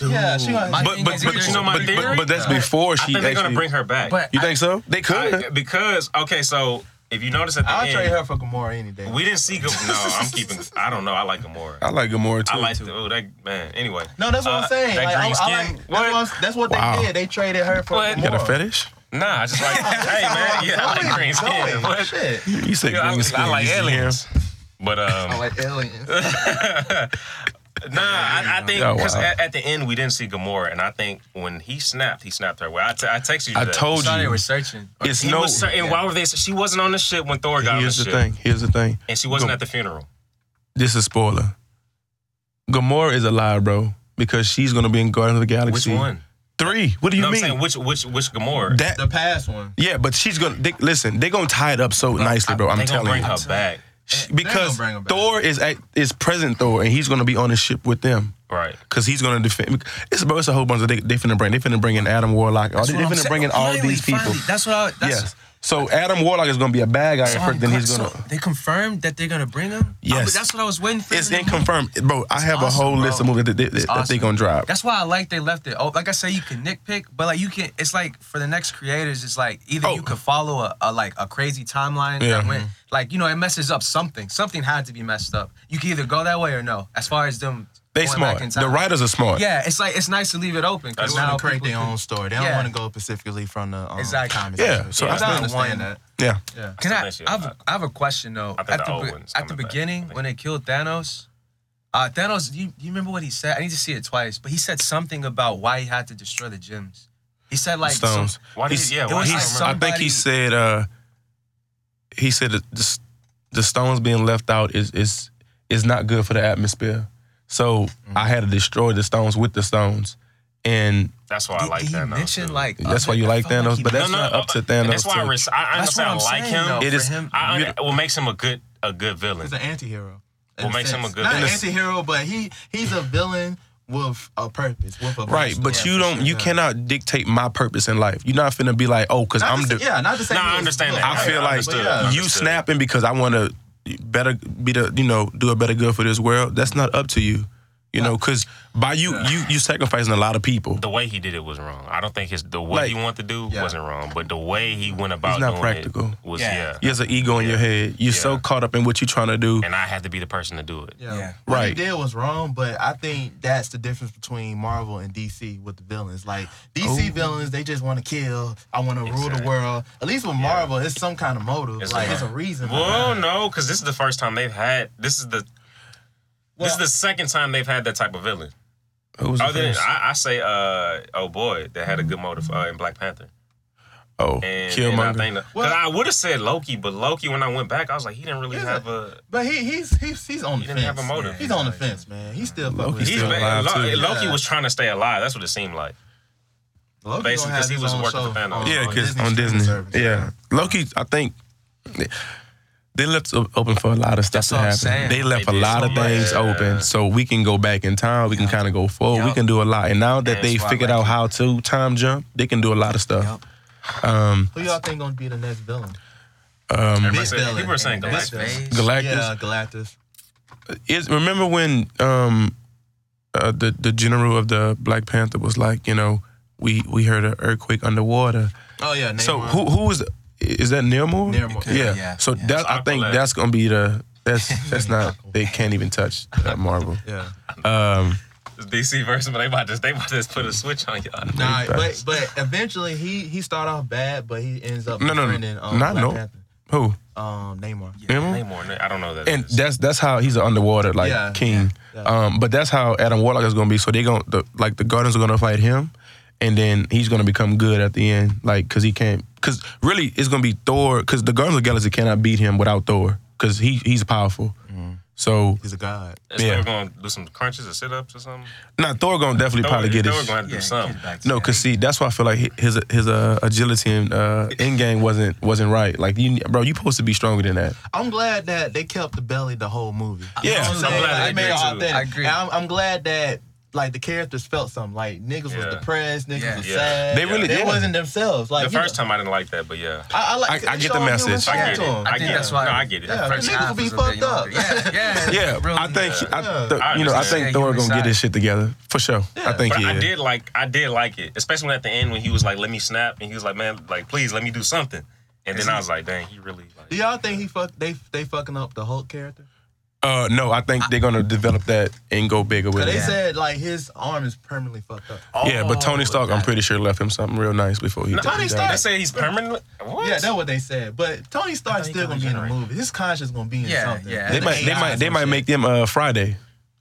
S3: yeah, she gonna,
S4: My-
S2: But but but,
S4: You know
S1: my
S2: but, but,
S1: theory?
S2: but that's
S1: Yeah.
S2: before
S1: I
S2: she
S1: think they're gonna
S2: actually-
S1: bring her back.
S4: But
S2: You think so? They could.
S1: I- because okay, so if you notice at the
S3: I'll
S1: end,
S3: trade her for Gamora any day.
S1: We didn't see. Gam- no, I'm keeping. I don't know. I like Gamora.
S2: I like Gamora too.
S1: I like. The, oh, that man. Anyway.
S3: no, that's what I'm
S1: Uh,
S3: saying.
S1: That
S3: Like, I,
S1: green
S3: I
S1: skin.
S3: like, that's
S1: what?
S3: what, I'm- that's what
S2: Wow.
S3: they did. They traded her for
S1: What?
S2: you
S3: Gamora.
S2: got a fetish?
S1: Nah, I just like. hey man, yeah, I like green skin.
S3: Going,
S1: What?
S3: Oh, Shit.
S2: You said
S1: Yeah, I,
S2: green skin.
S1: I like
S2: You see him?
S1: aliens. But um,
S3: I like aliens.
S1: nah, I, I think
S2: Oh, wow.
S1: because at, at the end we didn't see Gamora, and I think when he snapped, he snapped her. Well, I, t- I texted you.
S2: I
S1: that.
S2: told
S4: Sorry,
S2: you.
S4: we're searching.
S2: It's
S1: He
S2: no.
S1: was, and why were they? She wasn't on the ship when Thor got
S2: Here's
S1: on
S2: the
S1: the, ship,
S2: thing. Here's the thing.
S1: and she wasn't
S2: Go-
S1: at the funeral.
S2: This is spoiler. Gamora is alive, bro, because she's gonna be in Guardians of the
S1: Which
S2: Galaxy.
S1: one?
S2: Three. What do you
S1: No, I'm
S2: mean?
S1: saying which which which Gamora?
S2: that.
S3: the past one.
S2: yeah, but she's gonna they, listen. They're gonna tie it up so nicely, bro. I'm
S1: they gonna
S2: telling
S1: bring
S2: you,
S1: her back,
S2: She-
S3: They're
S2: because
S3: gonna bring her back.
S2: Thor is at, is present Thor, and he's gonna be on the ship with them.
S1: right?
S2: Cause he's gonna defend. It's bro. It's a whole bunch of they, they finna bring. They finna bring in Adam Warlock. All, they
S4: what I'm
S2: finna
S4: saying.
S2: bring in all
S4: Finally,
S2: these people.
S4: finally. That's what I. That's,
S2: yes. So Adam Warlock is gonna be a bad guy.
S4: So
S2: at first, then he's
S4: so
S2: gonna.
S4: they confirmed that they're gonna bring him. I
S2: Yes.
S4: was- that's what I was waiting for.
S2: It's
S4: them
S2: in
S4: to do.
S2: confirmed, bro. I have a
S4: awesome,
S2: whole list of
S4: bro.
S2: movies that they, that they
S4: awesome.
S2: gonna drop.
S4: That's why I like they left it. Oh, like I say, you can nitpick, but like you can. It's like for the next creators, it's like either
S2: Oh.
S4: you could follow a, a like a crazy timeline
S2: Yeah.
S4: that went like you know it messes up something. Something had to be messed up. You can either go that way or no. As far as them,
S2: they
S4: going
S2: smart.
S4: back in
S2: The
S4: time.
S2: writers are smart.
S4: Yeah, it's like it's nice to leave it open
S3: They
S4: because
S3: want
S4: now
S3: to create
S4: people
S3: their
S4: can-
S3: own story. They don't
S4: Yeah.
S3: want to go specifically from the um,
S4: Exactly.
S3: comics.
S2: Yeah, so I
S3: I
S2: still-
S3: understand that.
S2: Yeah.
S3: Yeah.
S4: Can I?
S1: That's the
S4: I have,
S1: issue.
S4: I have a question though.
S1: I think
S4: at
S1: the
S4: the,
S1: old
S4: be-
S1: one's
S4: at the
S1: coming back. I
S4: beginning,
S1: think-
S4: when they killed Thanos, uh, Thanos, you, you remember what he said? I need to see it twice, but he said something about why he had to destroy the gems. He said like some-
S2: Stones.
S1: Why did
S2: He's-
S1: yeah?
S4: it
S1: Why
S4: was
S1: did I
S4: like
S1: remember?
S4: some-
S2: I think he
S4: somebody-
S2: said. uh He said that the, s- the stones being left out is is is not good for the atmosphere. So I had to destroy the stones with the stones, and
S1: That's why I
S4: Did,
S1: like
S4: did he
S1: that. now,
S4: mention
S1: too.
S4: like?
S2: That's why
S4: other-
S2: you
S4: I
S2: like
S4: felt
S2: Thanos,
S4: he
S2: but that's
S4: mentioned-
S2: not up to
S1: and
S2: Thanos
S1: That's why I,
S2: to-
S1: res- I- I
S4: That's what
S1: understand. I
S4: I'm
S1: like
S4: saying,
S1: him.
S4: though,
S2: It
S4: Oh, for
S2: is-
S4: him.
S1: I under- what makes him a good a good villain.
S3: He's an anti-hero.
S1: What
S3: In a
S1: makes him a
S3: sense.
S1: good
S3: Not an
S1: villain?
S3: anti-hero, but he he's a villain with a purpose, with a
S2: Right,
S3: vision.
S2: but
S3: Yeah,
S2: you
S3: for
S2: don't.
S3: sure,
S2: you
S3: yeah.
S2: cannot dictate my purpose in life. You're not finna be like, oh, cause
S3: Not
S2: I'm.
S3: to
S2: the,
S3: say- yeah, not to say.
S1: Nah, I
S3: you-
S1: understand
S3: look,
S1: that.
S2: I
S1: Right,
S2: feel like
S1: understood,
S3: yeah.
S2: you
S1: understood.
S2: snapping because I want to better be the you know do a better good for this world. That's not up to you, you know, because by you you you sacrificing a lot of people.
S1: The way he did it was wrong. I don't think his the way
S2: Like-
S1: he wanted to do
S3: Yeah.
S1: wasn't wrong, but the way he went about
S2: not
S1: doing
S2: practical.
S1: it was
S4: Yeah.
S1: yeah.
S2: You has an ego in your head. You're so
S1: Yeah.
S2: caught up in what you're trying to do.
S1: And I had to be the person to do it.
S3: Yeah.
S4: Yeah.
S3: What he
S2: Right.
S3: did was wrong, but I think that's the difference between Marvel and DC with the villains. Like
S2: Oh.
S3: DC villains, they just want to kill. I want to rule
S1: Exactly.
S3: the world. At least with Marvel, it's some kind of motive.
S1: It's
S3: like
S1: a-
S3: it's a reason.
S1: Well,
S3: behind it.
S1: no, because this is the first time they've had. This is the. this
S3: Well-
S1: is the second time they've had that type of villain.
S2: Who was the
S1: Other than
S2: first?
S1: I, I say, uh, oh boy, that had a good motive uh, in Black Panther.
S2: oh,
S1: And, and I
S2: Killmonger.
S1: think because
S3: Well-
S1: I would have said Loki, but Loki when I went back, I was like, he didn't really
S3: Yeah.
S1: have a.
S3: But he he's he's he's on the
S1: He
S3: fence.
S1: didn't have a motive.
S3: He's on the fence, man. He's still fucking
S2: Loki's
S3: with
S1: He's
S2: still
S1: ba-
S2: alive,
S1: Lo-
S2: too.
S1: Loki
S3: Yeah.
S1: was trying to stay alive. That's what it seemed like.
S3: Loki
S1: Basically,
S3: gonna have
S1: 'cause he
S3: his
S1: was
S3: own
S1: working for
S3: show
S1: Thanos.
S2: yeah, because on
S3: streaming
S2: Disney.
S3: service.
S2: Yeah, Loki. I think they left o- open for a lot of stuff
S4: That's
S2: to
S4: what I'm
S2: happen.
S4: saying.
S2: They left
S1: They
S2: a
S1: did
S2: lot
S1: so
S2: of
S1: much.
S2: things
S1: Yeah.
S2: open, so we can go back in time. We can kind of go forward. We
S4: Yup.
S2: can do a lot. And now that
S4: That's
S2: they
S4: why I
S2: figured
S4: like
S2: out
S4: it.
S2: how to time jump, they can do a lot of stuff. Um,
S3: Who y'all think gonna be the next villain?
S2: um,
S1: Everybody said, people were saying
S3: Big
S1: Galactus.
S3: villain.
S2: Galactus.
S3: Yeah, Galactus.
S2: is remember when um uh, the the general of the Black Panther was like, you know, we we heard an earthquake underwater.
S3: Oh yeah.
S2: So
S3: Namor.
S2: who who was is that Nearmore?
S3: Namor.
S2: Yeah.
S4: Yeah,
S2: So
S4: yeah.
S2: that I think
S1: Aqualad.
S2: that's gonna be the that's that's not they can't even touch that Marvel.
S3: Yeah.
S2: Um,
S1: It's DC version, but they about to they about to put a switch on y'all.
S3: Nah, but
S2: Facts.
S3: but eventually he he start off bad, but he ends up
S2: No, no,
S3: befriending um,
S2: not
S3: Black
S2: no.
S3: Panther,
S2: who?
S3: um Neymar. Yeah.
S2: Namor?
S1: Namor, I don't know that.
S2: and that's that's how he's an underwater like
S3: Yeah,
S2: king.
S3: yeah, yeah.
S2: Um, but that's how Adam Warlock is gonna be. So they going the, like the Guardians are gonna fight him, and then he's gonna become good at the end, like because he can't. Because really, it's gonna be Thor. Because the Guardians of the Galaxy cannot beat him without Thor, because he he's powerful.
S3: Mm.
S2: So
S3: He's a god.
S1: Is
S2: yeah.
S1: Thor gonna do some crunches or sit ups or something?
S2: now Thor gonna definitely probably
S1: Thor,
S2: get
S1: Thor
S2: his.
S1: gonna have to do something.
S2: No, cause see, that's why I feel like hi- his his uh, agility and uh, end game wasn't wasn't right. Like you, bro, you supposed to be stronger than that.
S3: I'm glad that they kept the belly the whole movie.
S2: Yeah.
S3: I'm,
S2: I'm
S1: glad they
S3: made
S1: did,
S3: it
S1: too.
S3: authentic.
S4: I agree.
S3: And I'm, I'm glad that like the characters felt something. Like niggas
S1: Yeah.
S3: was depressed, niggas
S4: Yeah.
S3: was
S1: Yeah.
S3: sad.
S2: They really-
S3: they
S2: yeah.
S3: wasn't themselves. Like
S1: The
S3: you know,
S1: first time I didn't like that, but yeah.
S3: I, I like.
S2: I- I get
S3: show
S2: the
S3: them human
S2: message.
S1: I
S3: respect
S1: get
S3: to
S1: it.
S3: them.
S1: I,
S4: I think
S1: get
S4: that's
S1: it.
S4: why-
S1: No, I get it.
S3: Yeah.
S1: First
S3: Niggas
S1: time.
S3: will be
S4: Apples up
S3: fucked
S4: there,
S3: up.
S4: you know? Yeah, yeah.
S2: Yeah,
S4: Real
S2: I think
S4: niggas.
S2: I, th-
S1: I
S2: you know I
S1: understand.
S2: think Thor
S4: Human
S2: gonna
S4: side.
S2: get his shit together for sure. I think
S1: But
S2: yeah.
S1: I did like I did like it, especially at the end when he was like, "Let me snap," and he was like, "Man, like please let me do something." And then I was like, "Dang, he really."
S3: Do
S1: Like,
S3: y'all think he fuck? They they fucking up the Hulk character?
S2: Uh, no, I think they're gonna develop that and go bigger with
S3: 'Cause
S2: it.
S3: They
S2: Yeah,
S3: said like his arm is permanently fucked up.
S2: but Tony Stark, I'm pretty sure left him something real nice before he.
S1: no,
S2: died.
S1: Tony Stark. They say he's permanent. What?
S3: Yeah, that's what they said. But Tony Stark's
S1: he
S3: still
S1: could
S3: gonna be in a
S1: regenerate.
S3: movie. His conscience gonna be in
S4: Yeah,
S3: something.
S4: yeah.
S2: They
S3: The
S2: might, they
S3: AI
S2: might, they
S3: some
S2: might
S3: shit.
S2: make them uh, Friday.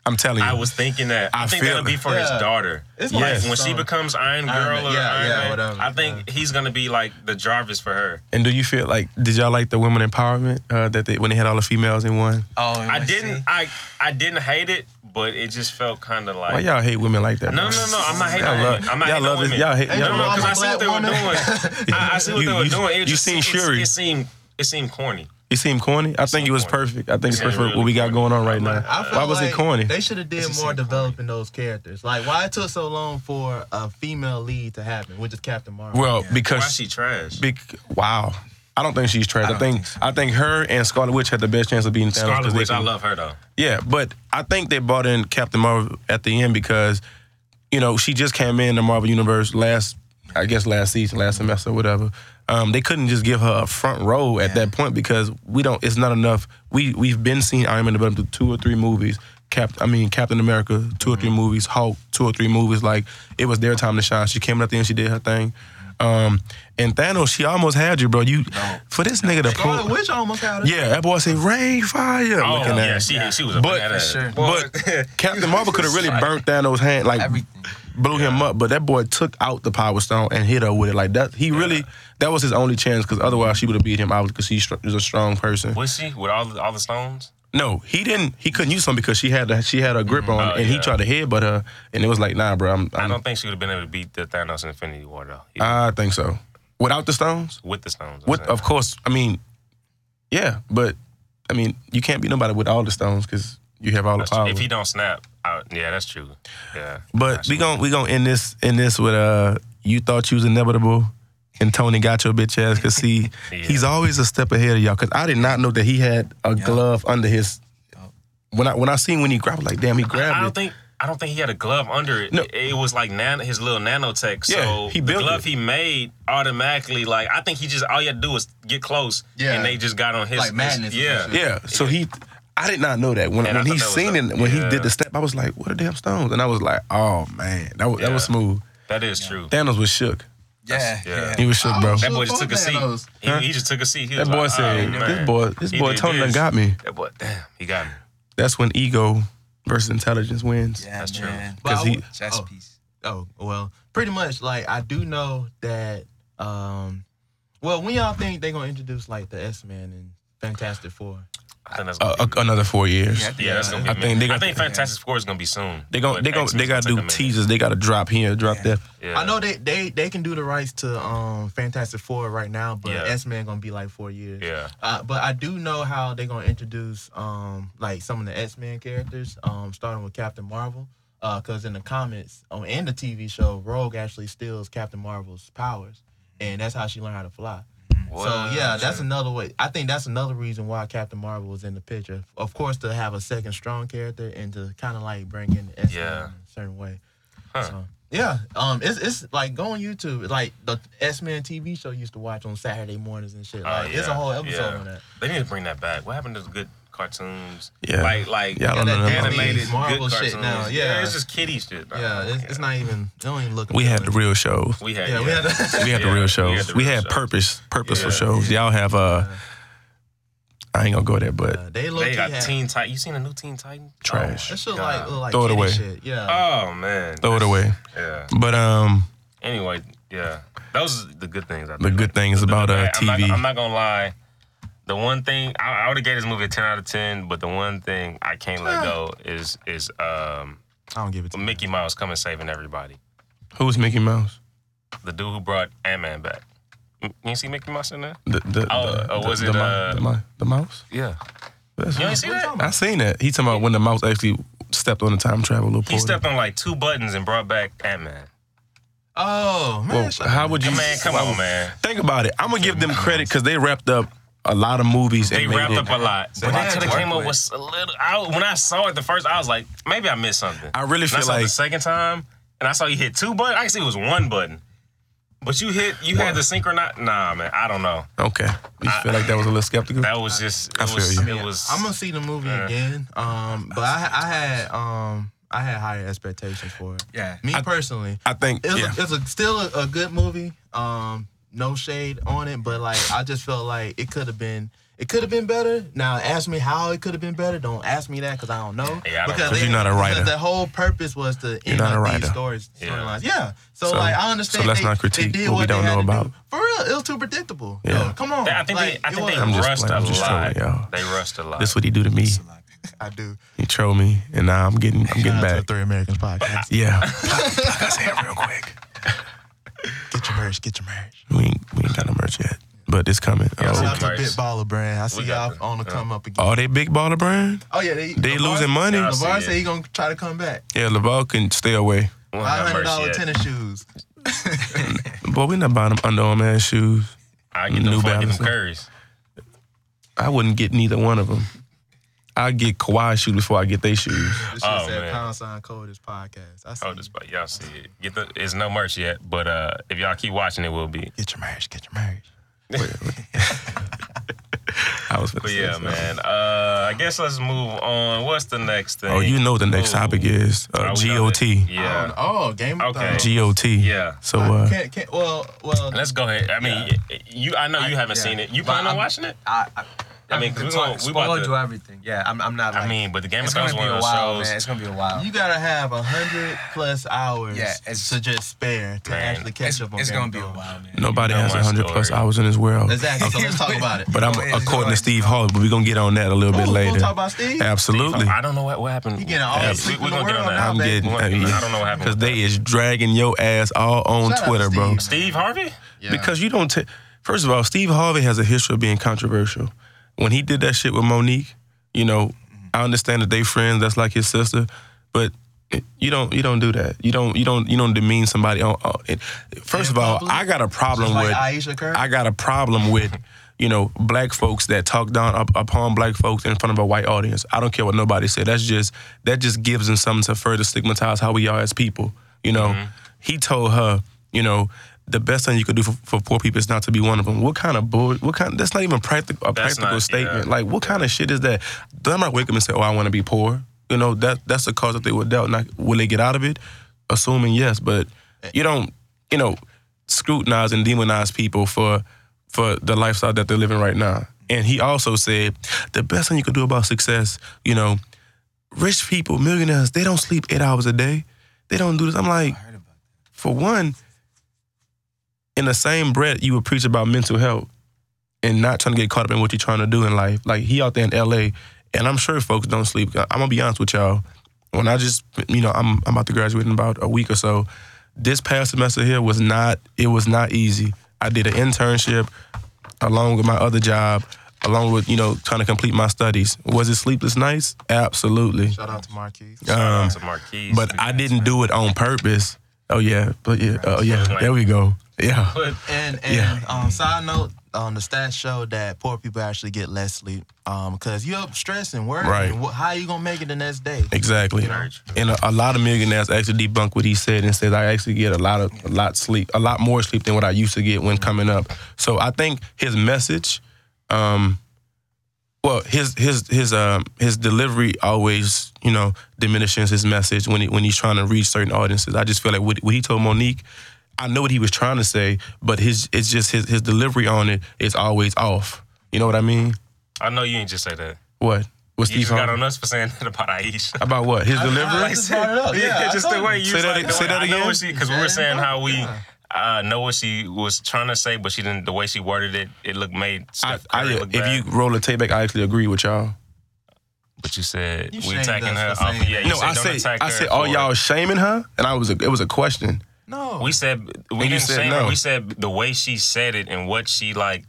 S2: I'm telling you.
S1: I was thinking that. I,
S2: I
S1: think
S2: feel
S1: that'll be
S2: it.
S1: for his
S3: Yeah.
S1: daughter.
S3: It's
S1: like
S2: Yes.
S1: when she
S3: some-
S1: becomes Iron Girl
S3: Iron Man.
S1: or
S3: Yeah,
S1: Iron
S3: yeah,
S1: Man,
S3: whatever.
S1: I think he's gonna be like the Jarvis for her.
S2: And do you feel like did y'all like the women empowerment uh, that they when they had all the females in one?
S4: Oh, and
S1: I
S4: let's
S1: didn't.
S4: see.
S1: I I didn't hate it, but it just felt kind of
S2: Why
S1: like.
S2: y'all hate women like that?
S1: No, no,
S2: bro?
S1: no! I'm not hating
S2: Y'all
S1: on
S2: love-
S1: women. I'm not
S2: y'all
S1: hating on
S2: love this-
S1: women.
S2: y'all hate-
S1: No,
S2: y'all-
S1: no, because I see what they were
S3: Black
S1: doing. I, I see what
S2: You-
S1: they were
S2: you-
S1: doing. It
S2: you
S1: was just,
S2: seen
S1: it's-
S2: Shuri.
S1: It seemed it seemed corny.
S2: It seemed corny. I think it was
S1: corny.
S2: perfect. I think it's
S1: Yeah,
S2: perfect for what
S1: really
S2: we got
S1: corny.
S2: going on right
S1: I'm
S2: now.
S1: like,
S3: I feel
S2: Why was
S3: like
S2: it corny?
S3: They should have did
S4: just
S3: more
S4: seemed
S3: developing those characters. Like why it took so long for a female lead to happen, which is Captain Marvel.
S2: Well,
S1: Why
S2: because
S1: she trash?
S2: Bec- wow. I don't think she's trash. I,
S4: don't
S2: think
S4: think so.
S2: I think her and Scarlet Witch had the best chance of being Thanos. 'cause
S1: Scarlet
S2: they
S1: Witch. I
S2: can-
S1: love her though.
S2: Yeah, but I think they brought in Captain Marvel at the end because, you know, she just came in the Marvel Universe last, I guess, last season, last semester, whatever. Um, they couldn't just give her a front row at that point because we don't. It's not enough. We we've been seeing Iron Man develop through two or three movies. Cap, I mean Captain America, 2 or
S1: Mm-hmm.
S2: three movies. Hulk, two or three movies. Like it was their time to shine. She came in at the end. She did her thing. Um, and Thanos, she almost had you, bro. You for this nigga to
S3: Scarlet
S2: pull.
S3: Witch almost had it.
S2: Yeah, that boy said rain fire.
S1: Oh
S2: looking at
S1: yeah,
S2: her.
S1: she she was a
S2: But-
S1: badass.
S4: Sure.
S2: But Captain Marvel could have really burnt Thanos' hand, like
S4: Everything.
S2: blew him up. But that boy took out the Power Stone and hit her with it. Like that, he really that was his only chance because otherwise she would have beat him out because he str- was a strong person.
S1: Was she with all the, all the stones?
S2: No, he didn't. He couldn't use them because she had a, she had a grip on,
S1: Oh,
S2: and he
S1: yeah.
S2: tried to headbutt her, and it was like, nah, bro, I'm,
S1: I
S2: I'm,
S1: don't think she would have been able to beat the Thanos in Infinity War though. Even
S2: I think so. Without the stones,
S1: with the stones. I'm
S2: with
S1: saying.
S2: of course, I mean, yeah, but I mean, you can't beat nobody with all the stones because you have all the
S1: That's-
S2: power.
S1: If he don't snap, I, yeah, that's true. Yeah.
S2: But we gon' we gon' end this end this with uh you thought you was inevitable and Tony got your bitch ass cause see he's always a step ahead of y'all cause I did not know that he had a glove under his when I when I seen when he grabbed I was like damn he grabbed
S1: I
S2: it.
S1: don't think I don't think he had a glove under it.
S2: No.
S1: It, it was like nan- his little nanotech. So
S2: Yeah, he
S1: the
S2: built
S1: glove
S2: it.
S1: he made automatically, like I think he just all you had to do was get close.
S3: Yeah.
S1: And they just got on his
S3: Like madness
S1: his- yeah.
S3: and shit.
S2: Yeah. So he, I did not know that when
S1: And I
S2: when he
S1: thought that was
S2: seen
S1: dope.
S2: it when
S1: Yeah.
S2: he did the step, I was like, "What are damn stones?" And I was like, "Oh man, that was, that was
S1: Yeah.
S2: smooth."
S1: That is true.
S2: Thanos was shook.
S4: Yeah,
S1: yeah.
S4: yeah.
S2: He was shook, bro.
S1: That
S2: That,
S1: boy just
S3: Fuck
S1: took a seat.
S3: Thanos.
S1: He,
S2: Huh?
S1: he just took a seat. He was
S2: boy
S1: like,
S2: said,
S1: Oh, "Oh, man."
S2: "This boy, this
S1: He
S2: boy,
S1: did
S2: Tony done
S1: this.
S2: got me."
S1: That boy, damn, he got me.
S2: That's when ego versus intelligence wins.
S4: Yeah,
S1: That's true.
S4: man.
S3: But I
S2: Cause he-
S3: would-
S4: Chess
S3: oh.
S4: piece.
S3: Oh well, pretty much. Like I do know that. um Well, when y'all think they're gonna introduce like the S Man and Fantastic Four?
S1: I think that's
S2: Uh,
S1: gonna
S2: a-
S1: be-
S2: another four years.
S4: Yeah,
S1: yeah, that's gonna be.
S2: I
S1: me.
S2: think they
S1: I
S2: got-
S1: think Fantastic Four is gonna be soon.
S2: They gon'
S1: but
S2: they gon'
S1: X-Men's
S2: they gotta
S1: gonna
S2: do
S1: take a minute.
S2: teasers. They gotta drop here, drop
S4: Yeah.
S2: there.
S1: Yeah.
S3: I know they they they can do the rights to um Fantastic Four right now, but
S1: Yeah.
S3: S Man gonna be like four years.
S1: Yeah.
S3: Uh, but I do know how they're gonna introduce um like some of the X Men characters, um starting with Captain Marvel, because in the comics on and the TV show, Rogue actually steals Captain Marvel's powers, and that's how she learned how to fly. So yeah, that's another way. I think that's another reason why Captain Marvel was in the picture. Of course, to have a second strong character and to kind of like bring in the X Men
S1: Yeah.
S3: in a certain way.
S1: Huh.
S3: So yeah, um, it's it's like go on YouTube. It's Like the X Men TV show used to watch on Saturday mornings and shit.
S1: Oh,
S3: Like it's a
S1: yeah.
S3: whole episode
S1: Yeah.
S3: on that.
S1: They need to bring that back. What happened to the good cartoons?
S2: Yeah.
S1: Like like
S2: Y'all don't know
S3: that
S2: nothing about
S3: animated
S2: these.
S1: animated
S3: Marvel
S1: good
S3: shit
S1: cartoons.
S3: now, yeah.
S1: it's just kiddie shit.
S3: Yeah, it's, it's not even. It don't even look.
S2: We had the
S3: appealing.
S2: real shows.
S1: We had
S3: Yeah, we had the-
S2: We had
S1: Yeah,
S2: the
S1: we
S2: real
S1: had
S2: shows. We
S1: the
S2: had,
S1: real shows.
S2: purpose purposeful
S1: Yeah.
S2: shows. Y'all have uh, I ain't gonna go there, but
S3: Uh, they look.
S1: They got
S3: had,
S1: Teen Titan. You seen the new Teen Titan?
S2: Trash.
S1: Oh,
S3: That shit
S1: God.
S3: like look like
S2: Throw it
S3: kiddie
S2: away.
S3: Shit. Yeah.
S1: Oh man.
S2: throw it away.
S1: Yeah.
S2: But um,
S1: Anyway, yeah. Those are the good things. I
S2: the good things about uh
S1: I'm not,
S2: TV.
S1: I'm not gonna lie. The one thing I, I would have gave this movie a ten out of ten, but the one thing I can't let go is is um,
S3: I don't give it to
S1: Mickey Mouse coming saving everybody.
S2: Who's Mickey Mouse?
S1: The dude who brought Ant Man back. You ain't see Mickey Mouse in there?
S2: The the
S1: Oh,
S2: the,
S1: uh, was
S2: the,
S1: it,
S2: the, mi-
S1: uh,
S2: the, mi- the mouse?
S1: Yeah.
S2: That's
S1: You ain't see that?
S2: I seen that. He talking about when the mouse actually stepped on the time travel little
S1: He
S2: portal.
S1: stepped on like two buttons and brought back Ant Man.
S3: Oh man.
S2: well,
S3: shut
S2: how would you?
S1: Man, come on, man.
S2: Think about it. I'm gonna give them credit because they wrapped up a lot of movies.
S1: They
S2: and made
S1: wrapped
S2: it.
S1: up a lot, but
S4: they
S1: they could have
S4: had to
S1: came
S4: work
S1: up with a little. I, when I saw it the first, I was like, maybe I missed something.
S2: I really
S1: And I
S2: feel
S1: saw it
S2: like-
S1: the second time, and I saw you hit two buttons. I can see it was one button, but you hit you had the synchronize. Nah, man, I don't know.
S2: Okay, you feel like that was a little skeptical.
S1: That was just. It
S2: I feel
S1: was,
S2: you.
S1: It was.
S3: I'm gonna see the movie
S1: Yeah.
S3: again. Um, but I, I had um, I had higher expectations for it.
S4: Yeah.
S3: Me personally,
S2: I think
S3: it was,
S2: yeah.
S3: a, it was a, still a, a good movie. Um, no shade on it, but like I just felt like it could have been. It could have been better. Now, ask me how it could have been better. Don't ask me that because I don't know.
S1: Yeah, I don't know. 'Cause
S3: they-
S2: you're not a writer.
S3: Because the whole purpose was to end
S2: not a
S3: up
S2: writer.
S3: these stories.
S1: Yeah.
S3: storylines. Yeah. So,
S2: So-
S3: like I understand.
S2: so let's
S3: they-
S2: not
S3: they
S2: critique
S3: did
S2: what we
S3: they
S2: don't
S3: had
S2: know
S3: to do.
S2: about.
S3: For real, it was too predictable.
S2: Yeah.
S3: Yo, come on.
S1: I think
S3: Like,
S1: they. I
S3: it
S1: think they
S3: was-
S2: I'm just
S1: rushed
S2: playing. I'm
S1: a
S2: just
S1: lot.
S2: trolling y'all.
S1: They rushed a lot.
S2: This what he do to me.
S3: I do.
S2: He troll me, and now I'm getting I'm
S3: Shout
S2: getting
S3: out to
S2: back.
S3: the Three Americans podcast.
S2: Yeah. like I said real quick.
S3: Get your merch. Get your merch.
S2: We ain't, we ain't got no merch yet, but it's coming.
S1: Yeah,
S2: Oh,
S3: Shout
S1: so-
S3: out to
S1: merch.
S3: Bit Baller Brand. I see
S1: got
S3: y'all
S1: the-
S3: on the come up again.
S2: are they big baller brand?
S3: Oh yeah, they
S2: Oh. They
S3: LeVar-
S2: losing money.
S1: Yeah, I see
S3: LeVar
S1: it.
S3: said he gonna try to come back.
S2: Yeah, Laval can stay away.
S1: We don't
S3: Five
S1: have
S3: hundred
S1: merch
S3: dollar
S1: yet.
S3: tennis shoes.
S2: Boy, we not buying them Under Armour ass shoes.
S1: I get them.
S2: New
S1: fucking them
S2: Balance.
S1: curries.
S2: I wouldn't get neither one of them. I get Kawhi shoes before I get their shoes.
S3: This shit
S1: Oh,
S3: said
S1: man.
S3: pound sign coldest podcast. I see.
S1: Oh, just but y'all see it. Get the. It's no merch yet, but uh, if y'all keep watching, it will be.
S3: Get your merch. Get your merch.
S2: I was.
S1: But yeah, man. Uh, I guess let's move on. What's the next thing?
S2: Oh, you know the next
S1: Ooh.
S2: topic is
S1: Oh,
S2: uh,
S1: we know
S2: GOT.
S1: that.
S3: I don't
S1: Yeah.
S3: know. Oh, Game of
S1: Okay.
S3: Thrones.
S2: GOT.
S1: Yeah.
S2: So
S3: I
S2: uh,
S3: can't, can't, well, well.
S1: Let's go ahead. I mean, you. I know you haven't
S4: yeah.
S1: seen it. You
S4: But
S1: plan on
S4: I'm-
S1: watching it?
S4: I, I,
S1: I mean, 'cause we gonna- we about
S4: spoiled
S1: to-
S4: you everything. Yeah, I'm, I'm not. Like,
S1: I mean, but the Game of
S4: it's
S1: Thrones
S4: gonna
S1: is one
S4: be
S1: of
S4: a
S1: those
S4: while,
S1: shows.
S4: man. It's gonna be a while.
S3: you gotta have a hundred plus hours
S4: Yeah, it's-
S3: to just spare to
S1: Man,
S3: actually catch
S4: it's,
S3: up on
S4: it's
S3: Game
S4: gonna
S3: of
S4: be a
S3: Thrones.
S4: while, man.
S2: nobody
S1: know
S2: has
S1: my
S2: 100 plus
S1: story.
S2: hours in this world.
S3: Exactly. So let's talk about it.
S2: But I'm
S4: Go ahead,
S2: according
S4: go
S2: to
S4: ahead.
S2: Steve Harvey, but we're gonna get on that a little
S3: Oh,
S2: bit
S3: we're gonna
S2: later.
S3: talk about Steve?
S2: Absolutely.
S1: I don't know what, what happened.
S3: You getting all
S1: Yeah,
S3: the sleep
S1: we- we
S3: in
S1: gonna
S3: the
S1: get on
S3: world
S1: that.
S3: now,
S2: I'm
S3: baby.
S2: getting.
S1: Well,
S2: I,
S1: I don't know what happened
S2: because
S1: with
S2: they is dragging your ass all on
S3: Shout out to
S2: Twitter, bro.
S3: Steve.
S1: Steve
S2: Um,
S1: Harvey?
S2: Because you don't. T- First of all, Steve Harvey has a history of being controversial. When he did that shit with Monique, you know, I understand that they friends. That's like his sister, but you don't you don't do that. You don't you don't you don't demean somebody. On, on it. First
S3: In
S2: of all,
S3: public?
S2: I got a problem
S3: Just like
S2: with
S3: Aisha Curry?
S2: I got a problem with you know black folks that talk down up, upon black folks in front of a white audience. I don't care what nobody said. That's just that just gives them something to further stigmatize how we are as people. You know, he told her, you know. The best thing you could do for, for poor people is not to be one of them. What kind of bull? What kind? That's not even practical. A
S1: That's
S2: practical
S1: not-
S2: statement.
S1: yeah.
S2: Like what kind of shit is that? Does not wake up and say, "Oh, I want to be poor"? You know that that's the cause that they were dealt. Not will they get out of it? Assuming yes, but you don't. You know, scrutinize and demonize people for for the lifestyle that they're living right now. And he also said the best thing you could do about success, you know, rich people, millionaires, they don't sleep eight hours a day. They don't do this. I'm like, for one, in the same breath, you would preach about mental health and not trying to get caught up in what you're trying to do in life. Like he out there in LA, and I'm sure folks don't sleep. I'm gonna be honest with y'all. When I just, you know, I'm I'm about to graduate in about a week or so. This past semester here was not it was not easy. I did an internship along with my other job, along with you know trying to complete my studies. Was it sleepless nights? Absolutely.
S3: Shout out to Marquise.
S1: Shout
S2: Um,
S1: out to Marquise.
S2: but I didn't do it on purpose. Oh yeah, but yeah, oh yeah. There we go. Yeah.
S1: But
S3: And and
S2: Yeah.
S3: um, side note, um, the stats show that poor people actually get less sleep because you're up stress and worrying.
S2: Right.
S3: Wh- How you gonna make it the next day?
S2: Exactly. And a, a lot of millionaires actually debunk what he said and said I actually get a lot of a lot sleep, a lot more sleep than what I used to get when coming up. So I think his message, um, well, his his his um his delivery always you know diminishes his message when he, when he's trying to reach certain audiences. I just feel like what, what he told Monique. I know what he was trying to say, but his it's just his his delivery on it is always off. You know what I mean?
S1: I know you ain't just say that.
S2: What? What's
S1: You just got on
S2: Harvey?
S1: us for saying that about Aisha.
S2: About what? His delivery?
S3: I just brought it up. Yeah, I
S1: just the
S3: told
S1: way
S3: you.
S1: you
S2: Say
S1: was
S2: that-
S1: like, the
S2: say
S1: way-
S2: that
S1: I know
S2: again?
S1: what she because we were saying how we
S3: Yeah.
S1: uh, know what she was trying to say, but she didn't. The way she worded it, it looked made
S2: I,
S1: Steph
S2: I,
S1: Curry look
S2: if
S1: bad.
S2: you roll the tape back, I actually agree with y'all.
S1: but you said
S3: You
S1: we
S3: shamed
S1: attacking
S3: us
S1: her.
S3: for
S1: off-
S3: saying
S1: yeah,
S3: that.
S1: you
S2: No, I
S1: don't
S2: said
S1: attack
S2: I
S1: her
S2: said all
S1: for-
S2: y'all shaming her, and I was a, it was a question.
S3: No.
S1: We said we
S2: you
S1: didn't
S2: said
S1: shame
S2: no.
S1: her. We said the way she said it and what she like.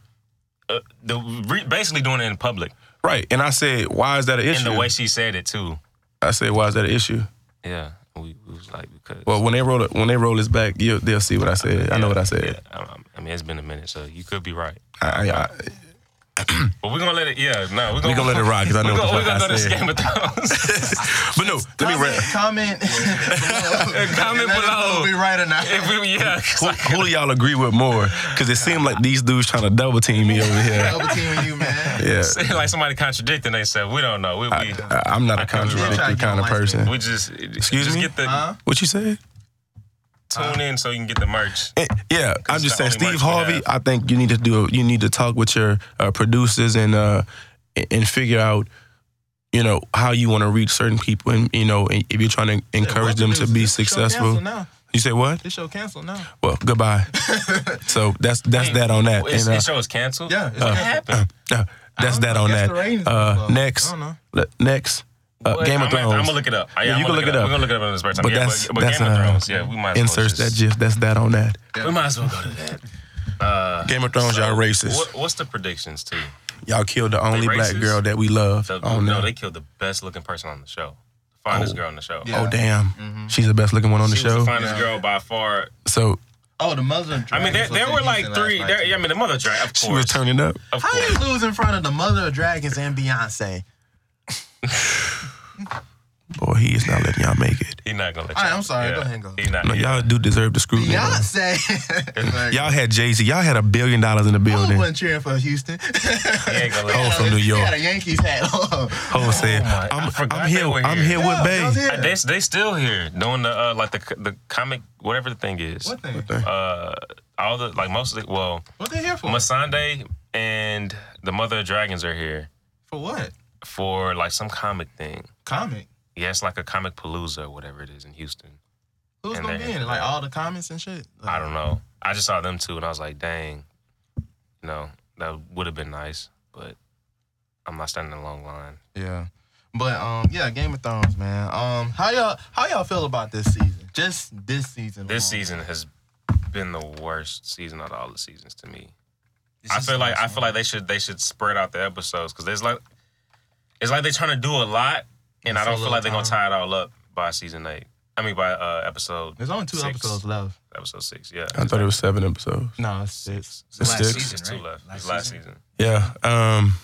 S1: Uh, the re, basically doing it in public
S2: Right, and I said, why is that an
S1: and
S2: issue?
S1: the way she said it too.
S2: I said, why is that an issue?
S1: Yeah, we, we was like because
S2: Well, when they roll it, when they roll this back, you, they'll see what I said. I know what I said.
S1: Yeah, I, I mean it's been a minute, so you could be right.
S2: I, I, I,
S1: But we're gonna let it. Yeah, no, we're gonna,
S2: we gonna let it ride because I know
S1: We're
S2: what
S1: gonna,
S2: the
S1: we're
S2: fuck
S1: gonna go
S2: I
S1: to this
S2: said.
S1: Game of Thrones.
S2: But no, let me rant.
S3: Comment. comment
S1: Comment below.
S3: Be right or not.
S1: If we, yeah, 'cause
S2: Who, who do y'all agree with more? Because it seemed like these dudes trying to double team me over here.
S3: Double teaming you, man.
S2: Yeah,
S1: like, like somebody contradicting themselves. We don't know. We, we,
S2: I, I'm not a contradictory kind of person.
S1: we just
S2: Uh, Excuse
S1: just
S2: me?
S1: Get the
S3: Huh? Uh.
S2: What you said?
S1: tune in so you can get the merch.
S2: Eh, Yeah, I'm just
S1: the
S2: saying,
S1: only
S2: Steve
S1: merch we
S2: Harvey.
S1: have.
S2: I think you need to do. You need to talk with your uh, producers and uh, and- and figure out, you know, how you want to reach certain people, and you know, and if you're trying to encourage them to be
S3: This show cancel
S2: successful.
S3: Now.
S2: You say what?
S3: This show canceled now.
S2: Well, goodbye. so that's that's that on that.
S1: It's,
S2: And, uh,
S1: this show is canceled.
S3: Yeah, it's
S1: what
S3: canceled.
S1: happened?
S2: uh, that's
S3: I don't
S2: that
S3: know.
S2: on
S3: I guess
S2: that.
S3: the ratings was
S2: Uh,
S3: low. I
S2: next,
S3: don't know.
S2: le- next, uh,
S1: But
S2: Game
S1: I'm
S2: of Thrones.
S1: Gonna, I'm gonna look it up. I,
S2: Yeah,
S1: am
S2: you can
S1: gonna
S2: look it up.
S1: We're gonna look it up in this break time.
S2: But
S1: yeah,
S2: that's
S1: but, but
S2: that's
S1: Game of
S2: uh,
S1: Thrones. Yeah, we might as well
S2: insert that
S1: just-
S2: gif. That's that on that.
S1: We might as well go to that. Uh,
S2: Game of Thrones,
S1: so
S2: y'all racist.
S1: What, what's the predictions too?
S2: Y'all killed the only black
S1: racist?
S2: girl that we love.
S1: The,
S2: on
S1: no,
S2: that.
S1: they killed the best looking person on the show, the finest
S2: Oh.
S1: girl on the show.
S2: Oh damn,
S3: Mm-hmm.
S2: she's the best looking one on the
S1: She was
S2: show.
S1: the finest girl by far.
S2: so
S3: Oh, the Muslim.
S1: I mean, there, there were like three. There, I mean, the mother drag, of
S2: she was
S1: course.
S2: turning up.
S1: Of
S3: How you
S1: course.
S3: lose in front of the Mother of Dragons and Beyonce?
S2: Boy, he is not letting y'all make it.
S1: He not gonna let you.
S3: All right, I'm sorry. Go ahead and go.
S1: He not.
S2: No, y'all do deserve the scrutiny. though.
S3: Beyonce.
S2: Y'all had Jay Z. Y'all had a billion dollars in the
S3: I
S2: building.
S3: wasn't cheering for Houston.
S1: He ain't gonna let
S2: Oh,
S1: you.
S2: from New
S3: He
S2: York.
S3: had a Yankees hat
S1: uh,
S3: on.
S2: Ho said,
S1: my- I
S2: I'm,
S1: forgot
S2: I'm here.
S1: they were
S2: I'm
S1: here.
S2: here
S3: Yeah,
S2: with
S3: that was
S2: Bay.
S3: it.
S1: Uh, They they still here doing the uh, like the c- the comic whatever the thing is.
S3: What they?
S1: Uh, all the like most of the well,
S3: What they here for?
S1: Masande and the Mother of Dragons are here
S3: for what?
S1: for like some comic thing.
S3: Comic.
S1: Yeah, it's like a comic palooza or whatever it is in Houston.
S3: Who's
S1: And
S3: gonna
S1: they-
S3: be in it? Like all the comments and shit.
S1: I don't know. I just saw them two and I was like, dang, you know, that would have been nice, but I'm not standing in a long line.
S3: Yeah. But um, yeah, Game of Thrones, man. Um, how y'all how y'all feel about this season? Just this season.
S1: This
S3: alone.
S1: season has been the worst season out of all the seasons to me.
S4: This
S1: I
S4: is
S1: feel like I
S4: awesome.
S1: feel like they should they should spread out the episodes because there's like it's like they're trying to do a lot and I
S3: So
S1: don't feel
S3: little
S1: like they're gonna
S3: time.
S1: tie it all up. by season eight. I mean by uh, episode
S3: There's only two
S1: Six.
S3: episodes left.
S1: episode six. Yeah,
S2: I thought it was seven episodes.
S3: No, it's six.
S2: It's six.
S1: There's two left. Last, last season.
S2: Yeah. Um,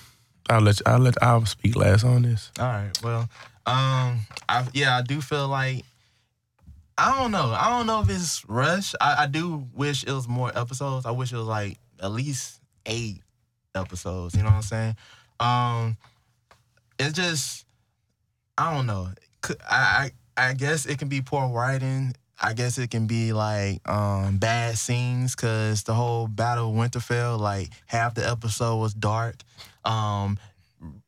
S2: I'll let you, I'll let I'll speak last on this.
S3: All right. Well, um, I yeah, I do feel like I don't know. I don't know if it's rush. I, I do wish it was more episodes. I wish it was like at least eight episodes. You know what I'm saying? Um, it's just I don't know. C- I I, I guess it can be poor writing. I guess it can be like um, bad scenes because the whole Battle of Winterfell, like half the episode was dark. Um,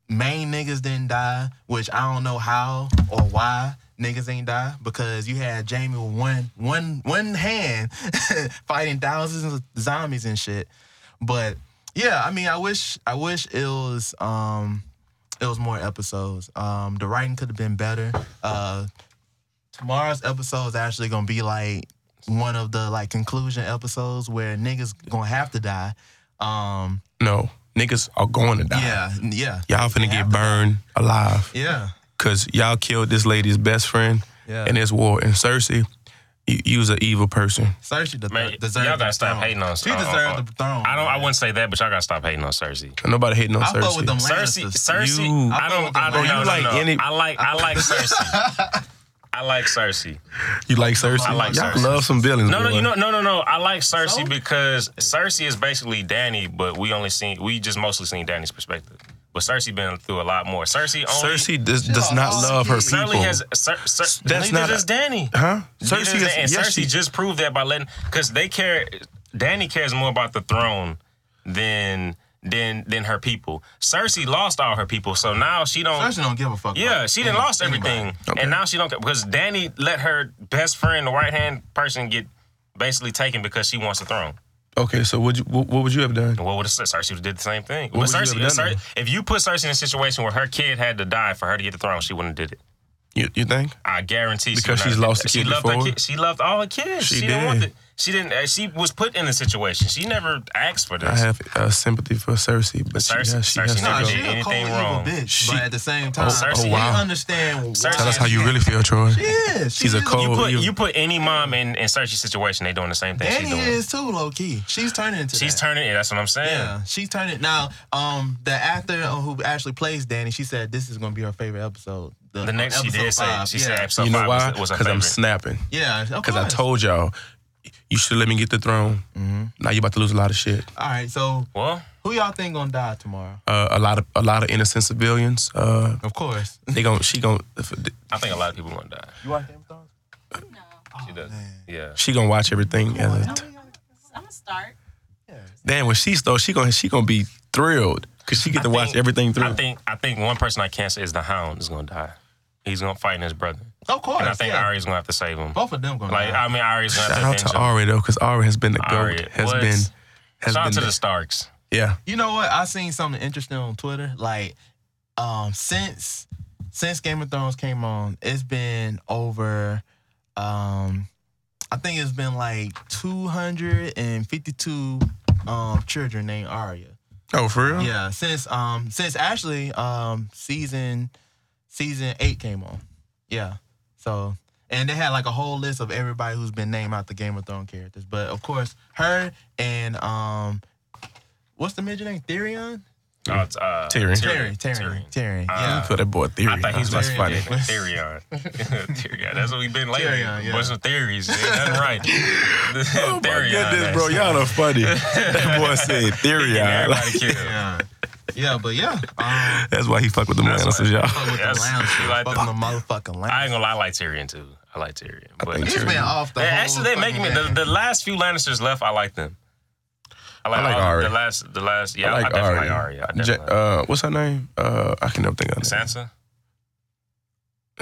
S3: main niggas didn't die, which I don't know how or why niggas ain't die because you had Jamie with one one one hand fighting thousands of zombies and shit. But yeah, I mean, I wish I wish it was um, it was more episodes. Um, the writing could have been better. Uh, tomorrow's episode is actually gonna be like one of the like conclusion episodes where niggas gonna have to die. Um,
S2: No, niggas are going to die.
S3: yeah, yeah,
S2: Y'all finna get burned alive
S3: yeah.
S2: because y'all killed this lady's best friend
S3: Yeah.
S2: in this war. And Cersei, you, you's an evil person.
S3: Cersei de-
S1: Man,
S3: deserved
S1: y'all
S3: the
S1: gotta stop
S3: throne.
S1: hating on.
S3: She
S1: on-
S3: deserved
S1: on-
S3: the throne.
S1: I don't. I wouldn't say that, but y'all gotta stop hating on Cersei.
S2: Nobody hating on
S3: I
S2: Cersei.
S3: fuck with them
S1: Cersei,
S3: Lannisters.
S1: Cersei.
S2: You-
S1: I
S3: I fuck
S1: don't.
S3: with
S1: I don't
S2: them
S1: know.
S2: Lannisters.
S1: Like
S2: You like any-
S1: I like. I like Cersei. I like Cersei.
S2: You like Cersei?
S1: I like
S2: y'all
S1: Cersei.
S2: love some villains.
S1: No, no,
S2: boy.
S1: you know, no, no, no. I like Cersei
S3: So?
S1: because Cersei is basically Danny, but we only seen we just mostly seen Danny's perspective. But Cersei been through a lot more. Cersei only
S2: Cersei does, does
S3: lost
S2: not
S3: all
S2: love her
S3: kids.
S2: people.
S1: Cersei has Cer, Cer,
S2: That's
S1: neither
S2: not a-
S1: does Danny.
S2: huh?
S1: Neither
S2: Cersei
S1: does
S2: is
S1: Danny. and
S2: yes,
S1: Cersei
S2: she-
S1: just proved that by letting because they care. Danny cares more about the throne than than than her people. Cersei lost all her people, so now she don't.
S3: Cersei don't give a fuck.
S1: Yeah,
S3: about
S1: she done
S3: any-
S1: lost everything,
S3: anybody.
S2: Okay.
S1: and now she don't care because Danny let her best friend, the right hand person, get basically taken because she wants the throne.
S2: Okay, so would you, what, what would you have done?
S1: And what would have Cersei did the same thing?
S2: What
S1: But
S2: would you
S1: Cersei,
S2: have done
S1: Cer- if you put Cersei in a situation where her kid had to die for her to get the throne, she wouldn't have did it.
S2: You, you think?
S1: I guarantee she
S2: Because
S1: would not have
S2: she's
S1: did
S2: lost
S1: that.
S2: a
S1: she
S2: kid
S1: loved
S2: before?
S1: Her kid. She loved all her kids.
S2: She
S1: She, didn't want
S2: did.
S1: it. She didn't. uh, She was put in the situation. She never asked for this.
S2: I have uh, sympathy for Cersei, but she
S1: Cersei-
S2: has, she
S1: Cersei
S2: has
S1: not
S2: to
S3: Nah, she
S2: go.
S1: did.
S3: a cold
S1: anything
S3: evil
S1: wrong.
S3: bitch,
S2: She-
S3: but at the same time,
S1: Cersei-
S2: oh,
S3: she
S2: wow.
S3: understand why.
S1: Cersei-
S2: Tell us how you really feel, Troy.
S3: She is. She
S2: She's a
S3: is.
S2: cold
S1: You put
S2: evil.
S1: you put any mom in in Cersei's situation, they doing the same thing she's
S3: Danny
S1: doing.
S3: is too, low key. She's turning into.
S1: She's
S3: that.
S1: turning. Yeah, that's what I'm saying.
S3: Yeah, she's turning now. Um, the actor who actually plays Danny, she said this is gonna be her favorite episode.
S1: The next she
S3: episode
S1: did say
S3: five,
S1: she
S3: yeah.
S1: said episode
S2: you know
S1: five
S2: why?
S1: was, was her
S2: Because I'm
S1: favorite.
S2: snapping.
S3: Yeah, of
S2: Because I
S3: course.
S2: told y'all, you should let me get the throne.
S1: Mm-hmm.
S2: Now you about to lose a lot of shit.
S3: All right, so
S1: well,
S3: who y'all think gonna die tomorrow?
S2: Uh, a lot of a lot of innocent civilians. Uh,
S3: Of course.
S2: they gon' she gon'
S1: I think a lot of people want to die.
S3: You watch Game of Thrones? Oh,
S7: No,
S1: She does.
S3: man.
S1: Yeah.
S2: she gonna watch everything. as a-
S7: I'm gonna start.
S2: Damn, when she though, she gonna she gonna be thrilled because she get to
S1: I
S2: watch
S1: think-
S2: everything through.
S1: I think I think one person I can't say is the Hound is gonna die. He's gonna fight his brother,
S3: Of course.
S1: and I think
S3: Oh, yeah. Oh,
S1: Arya's gonna have to save him.
S3: Both of them gonna
S1: Like
S3: die.
S1: I mean, Arya's gonna
S2: Shout
S1: have
S2: out
S1: to.
S2: to
S1: avenge him.
S2: Ari though, because Ari has been the
S1: Ari
S2: goat. Has
S1: was-
S2: been has
S1: Shout out
S2: been Mm-hmm.
S1: to the Starks.
S2: yeah.
S3: You know what? I seen something interesting on Twitter. Like, um, since since Game of Thrones came on, it's been over. Um, I think it's been like two hundred and fifty-two um children named Arya.
S2: Oh, for real?
S3: Yeah, since um since actually um season season eight came on. Yeah, so and they had like a whole list of everybody who's been named out the Game of Thrones characters. But of course, her and um what's the midget name? Therion.
S1: Oh, it's, uh,
S2: Tyrion.
S3: Terry, Terry,
S1: Tyrion. Uh,
S3: Terry.
S2: You
S3: Yeah.
S2: Put that boy theory.
S1: I thought he was
S2: That's
S1: about
S3: Tyrion.
S2: funny.
S1: to say Tyrion. Tyrion. That's what we've been lately.
S3: Tyrion, yeah.
S1: Bunch of theories. Ain't nothing right.
S2: Oh my goodness, bro, y'all are funny. that boy said theory.
S1: Everybody killed.
S3: Yeah. Yeah, but yeah. Um,
S2: That's why he fuck with the man.
S1: why-
S2: y'all.
S3: fuck with
S1: Yes,
S3: the lounge.
S1: you
S3: shit.
S1: like
S3: fuck
S1: the-
S3: with the motherfucking lounge.
S1: I ain't gonna lie, I like Tyrion too. I like Tyrion. But
S2: think
S3: He's
S2: Tyrion.
S3: been off the
S1: Yeah,
S3: whole
S1: actually, they making me
S3: fucking
S1: the, the
S3: game.
S1: last few Lannisters left. I like them. I like,
S2: I like
S1: all-
S2: Arya.
S1: The last, the last. Yeah, I,
S2: I like
S1: definitely
S2: Arya.
S1: like Arya. I
S2: Ja-
S1: definitely like
S2: uh, what's her name? Uh, I can never think of her name.
S1: Sansa.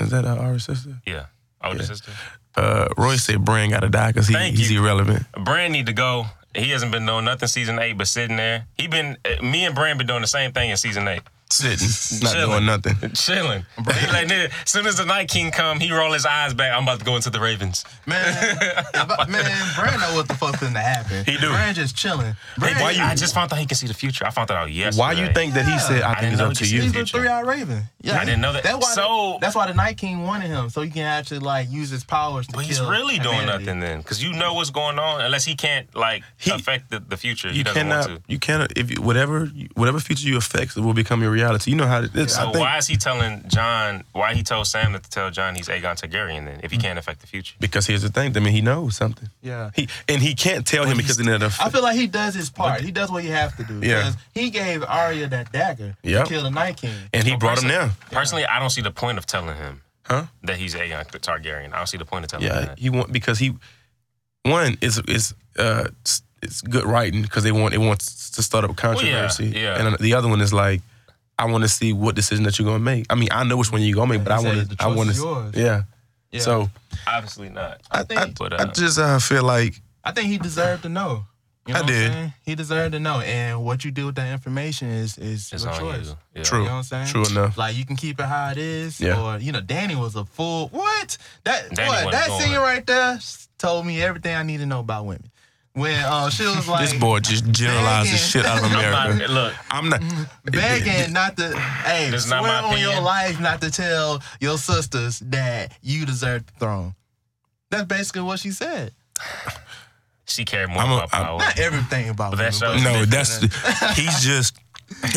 S2: Is that uh, Ari's sister?
S1: Yeah, older
S2: Yeah.
S1: sister.
S2: Uh, Roy said Bran gotta die because he,
S1: Thank
S2: he's
S1: you.
S2: irrelevant.
S1: Brand need to go. He hasn't been doing nothing season eight, but sitting there. He been uh, me and Brand been doing the same thing in season eight.
S2: sitting, not
S1: Chilling.
S2: doing nothing.
S1: Chilling. He like, nigga, soon as the Night King come, he roll his eyes back. I'm about to go into the Ravens.
S3: Man, about- man, Brand know what the fuck's gonna happen.
S2: He do.
S3: Brand just chilling.
S1: Hey,
S3: Brand,
S1: why you? I just found out he can see the future. I found that out yesterday.
S2: Why you think that he said, I
S1: I
S2: think
S1: didn't
S2: it's
S1: know
S2: up to
S1: you
S2: you?
S1: could
S3: He's a
S1: Future.
S3: three-eyed raven. Yeah,
S1: I didn't know that.
S3: That's why.
S1: So-
S3: that's why the Night King wanted him, so he can actually like use his powers. To
S1: But he's
S3: kill
S1: really doing
S3: humanity.
S1: nothing then, because you know what's going on. Unless he can't like
S2: He-
S1: affect the, the future, he
S2: You
S1: doesn't
S2: cannot.
S1: want to.
S2: You cannot. If you, whatever whatever future you affects, it will become your reality. You know how. It's,
S1: So
S2: I think
S1: why is he telling John? Why he told Sam to tell John he's Aegon Targaryen then,
S2: Mm.
S1: if he can't affect the future?
S2: because here's the thing. I mean, he knows something.
S3: Yeah.
S2: He and he can't tell him because then it
S3: I
S2: affects.
S3: feel like he does his part. He does what he has to do.
S2: Yeah.
S3: Because He gave Arya that dagger
S2: Yep.
S3: to kill the Night King.
S2: And he brought him down.
S1: Personally, I don't see the point of telling him
S2: Huh?
S1: that he's Aegon Targaryen. I don't see the point of telling him
S2: Yeah,
S1: that.
S2: he want because he one is is uh it's, it's good writing because they want it wants to start up controversy.
S1: yeah.
S2: And uh, the other one is like I want to see what decision that you're gonna make. I mean, I know which one you're gonna make, but
S3: he
S2: I want
S3: said the
S2: to. I
S3: choice
S2: want
S3: is
S2: to.
S3: yours.
S2: Yeah.
S3: Yeah.
S2: So
S1: Obviously not.
S3: I think
S1: But,
S2: I
S1: uh,
S2: just uh, feel like
S3: I think he deserved to know. You know
S2: I
S3: what I'm
S2: did.
S3: saying? He deserved to know. And what you do with that information is is
S1: it's
S3: your
S1: on
S3: choice.
S1: you. Yeah.
S2: true.
S3: You know what I'm saying?
S2: True enough.
S3: Like you can keep it how it is,
S2: Yeah.
S3: or you know, Danny was a fool. What that
S1: Danny
S3: what
S1: wasn't
S3: that
S1: going.
S3: scene right there s- told me everything I need to know about women. When uh, she was like
S2: this boy just generalized the
S3: Begging.
S2: shit out of
S1: I'm
S2: America.
S1: not, look,
S2: I'm not
S3: begging not to, hey,
S1: This is
S3: swear
S1: not my
S3: on your
S1: opinion.
S3: life not to tell your sisters that you deserve the throne. That's basically what she said.
S1: she cared more
S2: I'm a-
S1: about
S2: I'm-
S1: power.
S3: Not everything about
S1: But
S3: women,
S1: that shows-
S2: No, that's he's just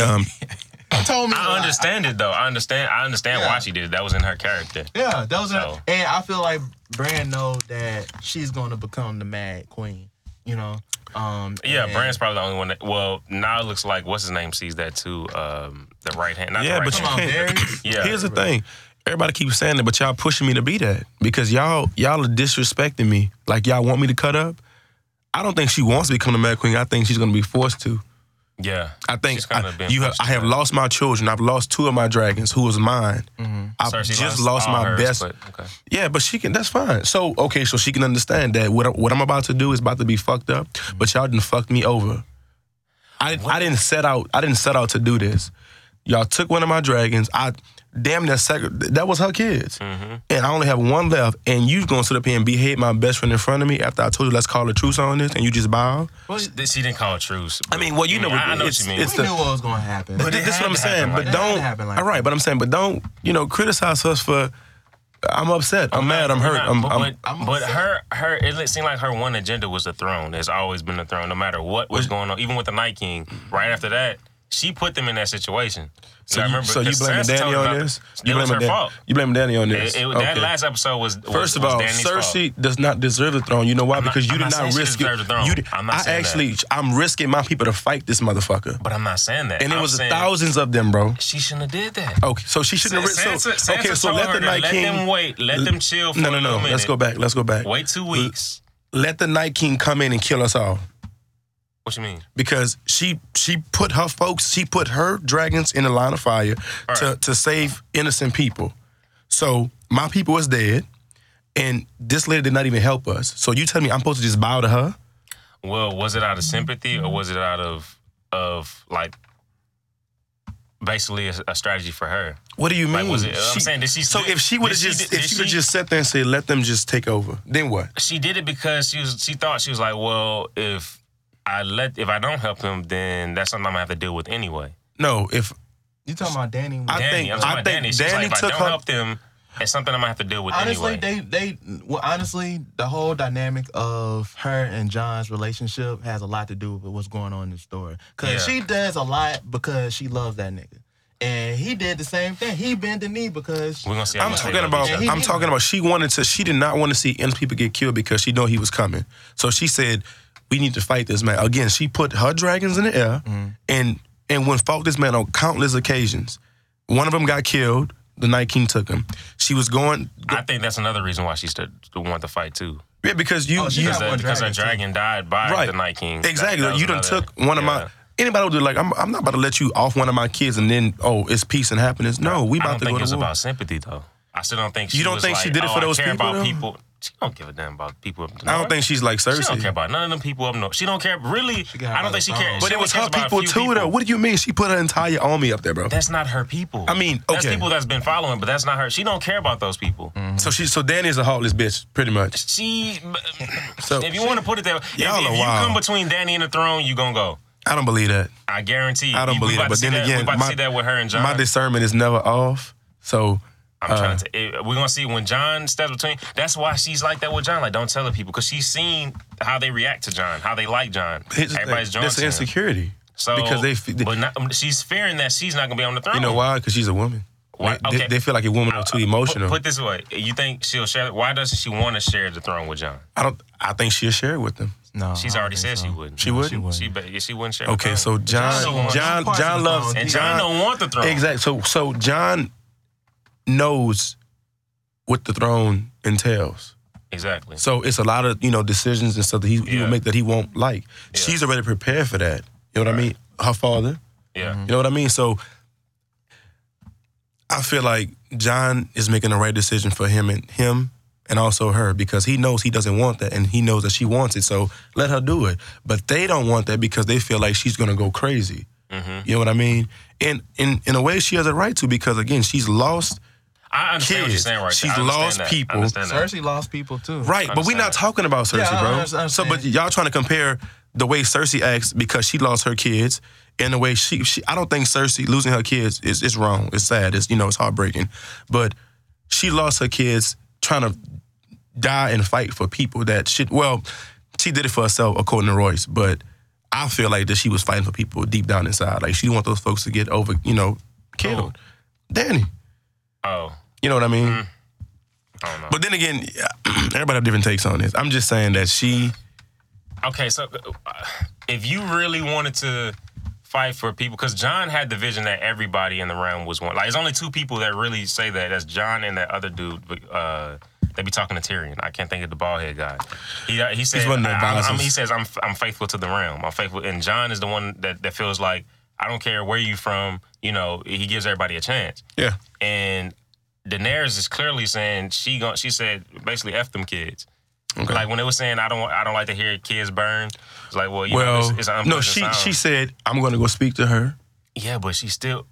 S2: um
S3: but told me a
S1: I
S3: lot.
S1: understand it though. I understand. I understand
S3: Yeah.
S1: why she did it. That was in her character.
S3: Yeah, that was
S1: So-
S3: and I feel like Brand know that she's gonna become the Mad Queen. You know, um,
S1: Yeah,
S3: and-
S1: Brand's probably the only one. that Well, now it looks like what's his name sees that too. Um, the right hand. Not
S2: Yeah,
S1: the right
S2: but you
S1: hand.
S3: Come on,
S2: can't.
S3: Darius.
S1: Yeah.
S2: Here's the thing. Everybody keeps saying that, but y'all pushing me to be that because y'all y'all are disrespecting me. Like y'all want me to cut up. I don't think she wants to become the Mad Queen. I think she's gonna be forced to.
S1: yeah,
S2: I think
S1: She's
S2: I,
S1: kinda been
S2: you have,
S1: pushed
S2: I have
S1: down.
S2: lost my children. I've lost two of my dragons, who was mine. I've
S1: Mm-hmm. Cersei
S2: just
S1: lost
S2: lost,
S1: all
S2: my
S1: hers,
S2: best.
S1: but okay.
S2: Yeah, but she can. That's fine. So okay, so she can understand that what I- what I'm about to do is about to be fucked up. But y'all didn't fuck me over. I didn't- I didn't set out. I didn't set out to do this. Y'all took one of my dragons. I damn that second. That was her kids,
S1: Mm-hmm.
S2: and I only have one left. And you gonna sit up here and behead my best friend in front of me after I told you let's call a truce on this, and you just bow.
S1: She, she didn't call it truce.
S2: I mean, well, you know,
S1: I, I know what
S2: it's-
S1: you mean.
S2: it's
S3: We
S2: the-
S3: knew what was gonna happen.
S2: But
S1: it
S2: this is
S1: had
S2: what I'm
S1: to happen
S2: saying.
S1: like
S2: But
S1: that.
S3: It had
S2: don't.
S3: to happen like
S2: all right, but I'm saying, but don't. You know, criticize us for. I'm upset. I'm, mad. I'm
S1: We're
S2: hurt.
S1: not-
S2: I'm,
S1: but
S2: I'm,
S1: but, but her her it seemed like her one agenda was the throne. There's always been the throne, no matter what was going on. Even with the Night King, right after that, she put them in that situation.
S2: So
S1: I
S2: you,
S1: remember
S2: so you
S1: because
S2: blaming
S1: Sansa
S2: Danny
S1: told
S2: on
S1: about the-
S2: this?
S1: It was
S2: You blaming
S1: her
S2: Dan-
S1: fault.
S2: You blaming Danny on
S1: It,
S2: this?
S1: it,
S2: Okay.
S1: That last episode was, was
S2: First of all,
S1: was Danny's
S2: Cersei
S1: fault.
S2: does not deserve the throne. You know why?
S1: I'm not-
S2: because you
S1: I'm
S2: did
S1: not saying
S2: not
S1: she
S2: risk
S1: deserves
S2: it.
S1: the throne.
S2: You did-
S1: I'm not
S2: I
S1: saying that.
S2: actually, I'm risking my people to fight this motherfucker,
S1: But I'm not saying that.
S2: and it
S1: I'm
S2: was a
S1: saying
S2: thousands of them, bro.
S1: She shouldn't have did that.
S2: Okay, so she shouldn't have risked. So,
S1: Sansa, Sansa
S2: okay, so
S1: told
S2: let
S1: her
S2: the
S1: to
S2: Night
S1: let
S2: King.
S1: them wait. Let them chill. For
S2: no, no,
S1: a
S2: no.
S1: little minute.
S2: Let's go back. Let's go back.
S1: Wait two weeks.
S2: Let the Night King come in and kill us all.
S1: What you mean?
S2: because she she put her folks, she put her dragons in the line of fire to,
S1: Alright.
S2: to save innocent people. So my people is dead, and this lady did not even help us. So you tell me I'm supposed to just bow to her?
S1: Well, was it out of sympathy or was it out of of like basically a, a strategy for her?
S2: What do you mean?
S1: Like, was it- I'm saying, did she-
S2: so if she would have
S1: did she-
S2: just
S1: did
S2: if she would
S1: she-
S2: just sat there and said, let them just take over, then what?
S1: She did it because she was she thought she was like, well, if I let if I don't help him, then that's something I'm gonna have to deal with anyway.
S2: No, if
S3: you talking about Danny?
S2: I
S1: Danny,
S2: think-
S1: I'm talking about
S2: think
S1: Danny. She's
S2: Danny
S1: like, if
S2: took
S1: I don't
S2: her-
S1: help them, it's something I'm gonna have to deal with
S3: honestly,
S1: anyway.
S3: they they well, honestly, the whole dynamic of her and John's relationship has a lot to do with what's going on in the story. Cause
S1: Yeah.
S3: she does a lot because she loves that nigga, and he did the same thing. He bent the knee because
S1: We're gonna see. how
S2: I'm
S1: much they
S2: talking
S1: love
S2: about
S1: each other.
S3: Yeah,
S2: I'm
S3: he-
S2: talking about she wanted to she did not want to see innocent people get killed because she know he was coming. So she said, We need to fight this man. Again, she put her dragons in the air and and when fought this man on countless occasions. One of them got killed, the Night King took him. She was going
S1: I think that's another reason why she stood to want to fight too.
S2: yeah, because you,
S3: Oh, she
S2: you
S3: got
S1: Because,
S3: one
S1: that- because her
S3: dragon,
S1: dragon died by
S2: Right.
S1: the Night King. That-
S2: Exactly.
S1: that was
S2: you done
S1: another-
S2: took one of my
S1: yeah.
S2: anybody would be like, I'm, I'm not about to let you off one of my kids and then oh, it's peace and happiness. No, we
S1: I
S2: about
S1: don't
S2: to
S1: think
S2: go
S1: it was
S2: to war.
S1: about sympathy though. I still don't think she
S2: You don't
S1: was
S2: think
S1: like,
S2: she did it
S1: "Oh,
S2: for
S1: I
S2: those
S1: care
S2: people,
S1: about
S2: though?"
S1: people. She don't give a damn about people. Up
S2: I don't think she's like
S1: she don't care
S2: Cersei.
S1: about none of them people up north. She don't care. Really,
S3: care
S1: I
S3: about
S1: don't think she
S3: her
S1: cares.
S3: phone.
S2: But
S1: she
S2: it
S1: only
S2: was
S1: cares
S2: her
S1: about a
S2: people
S1: few
S2: too, though. What do you mean? She put her entire army up there, bro.
S1: That's not her people.
S2: I mean,
S1: that's
S2: okay.
S1: people that's been following, but that's not her. She don't care about those people.
S2: So she, so Danny's a heartless bitch, pretty much.
S1: She,
S2: So-
S1: if you want to put it that, way, if,
S2: Y'all
S1: if
S2: are
S1: you
S2: wild.
S1: come between Danny and the throne, you gonna go.
S2: I don't believe that.
S1: I guarantee.
S2: I don't
S1: We- we
S2: believe
S1: about
S2: it.
S1: to
S2: But
S1: see
S2: then
S1: that- we
S2: again,
S1: about to
S2: my-
S1: see that with her and John.
S2: My Uh. discernment is never off. So
S1: I'm trying to. it- We're gonna see when John steps between. That's why she's like that with John. Like, don't tell the people because she's seen how they react to John, how they like John.
S2: here's the thing.
S1: Everybody's John.
S2: that's the insecurity.
S1: So
S2: because they fe-
S1: but not, um, she's fearing that she's not gonna be on the throne.
S2: You know why? Because she's a woman.
S1: Oh. Why-
S2: They- They,
S1: okay. Uh,
S2: they feel like a woman are too emotional.
S1: Put, put this way, you think she'll share? Why doesn't she want to share the throne with John?
S2: I don't. I think she'll share it with them.
S3: No,
S1: She's already said she wouldn't.
S2: She wouldn't?
S1: She ba- yeah, she wouldn't share. the
S2: Okay,
S1: throne.
S2: so John,
S1: don't want-
S2: John,
S3: Parts of
S2: John
S3: the
S2: loves
S3: phone.
S1: and John, don't want the throne.
S2: Exactly. So so John knows what the throne entails.
S1: Exactly.
S2: So it's a lot of you know decisions and stuff that he, he
S1: Yeah.
S2: will make that he won't like.
S1: Yeah.
S2: She's already prepared for that. You know what I mean? Her father.
S1: Yeah.
S2: You know what I mean? So I feel like John is making the right decision for him and him and also her because he knows he doesn't want that and he knows that she wants it. So let her do it. But they don't want that because they feel like she's gonna go crazy.
S1: Mm-hmm.
S2: You know what I mean? And in in a way she has a right to because again, she's lost
S1: I understand what you're
S2: kids.
S1: saying right
S2: She's
S1: there. I understand
S2: lost
S1: that. I
S2: people.
S1: understand that.
S3: Cersei lost people too.
S2: Right, but we're not
S1: Understand.
S2: talking about Cersei,
S3: Mm-hmm. Yeah, I
S2: bro.
S3: under- understand.
S2: So, but y'all trying to compare the way Cersei acts because she lost her kids and the way she, she I don't think Cersei losing her kids is it's wrong. It's sad. It's you know it's heartbreaking, but she lost her kids trying to die and fight for people that should. Well, she did it for herself according to Royce, but I feel like that she was fighting for people deep down inside. Like she didn't want those folks to get over, you know, killed. Danny,
S1: Oh,
S2: you know what I mean.
S1: I don't know.
S2: But then again, everybody have different takes on this. I'm just saying that she.
S1: Okay, so uh, if you really wanted to fight for people, because John had the vision that everybody in the realm was one. Like, there's only two people that really say that. That's John and that other dude. Uh, they be talking to Tyrion. I can't think of the bald head guy. He uh, he says
S2: one of the
S1: I- I'm- I'm-
S2: advisors.
S1: he says I'm I'm faithful to the realm. I'm faithful, and John is the one that that feels like I don't care where you from. You know, he gives everybody a chance
S2: Yeah.
S1: and Daenerys is clearly saying she gon' she said basically f them kids.
S2: Okay.
S1: Like when they were saying I don't I don't like to hear kids burn. It's like well you know,
S2: Well,
S1: it's, it's an
S2: no,
S1: unpleasant
S2: she
S1: sound.
S2: she said I'm going to go speak to her.
S1: yeah, but she still.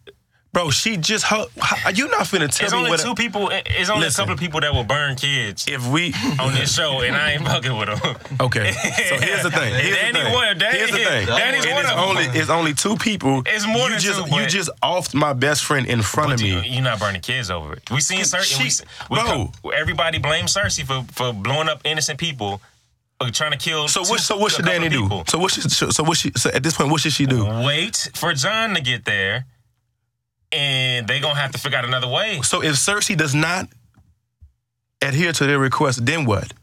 S2: Bro, she just her, how, you not finna tell
S1: It's
S2: me
S1: only
S2: what
S1: two people. it- It's only a
S2: Listen.
S1: couple of people that will burn kids
S2: if we
S1: on this show, and I ain't fucking with them.
S2: okay. So here's the thing. Here's
S1: Danny
S2: the thing.
S1: one- Danny-
S2: here's the thing.
S1: Danny's
S2: It
S1: one
S2: is
S1: of 'em.
S2: only it's only two people.
S1: It's more
S2: you
S1: than
S2: just,
S1: two,
S2: You
S1: but-
S2: just offed my best friend in front of
S1: You,
S2: me.
S1: you're not burning kids over it. We seen Cersei.
S2: She-
S1: we, se- we
S2: bro.
S1: co- everybody blames Cersei for for blowing up innocent people, for trying to kill.
S2: So
S1: two-
S2: what? So what
S1: a
S2: should
S1: couple
S2: Danny do?
S1: people.
S2: So what? Should, so what? She, so at this point, what should she do?
S1: wait for John to get there, and they gonna have to figure out another way.
S2: So if Cersei does not adhere to their request, then what?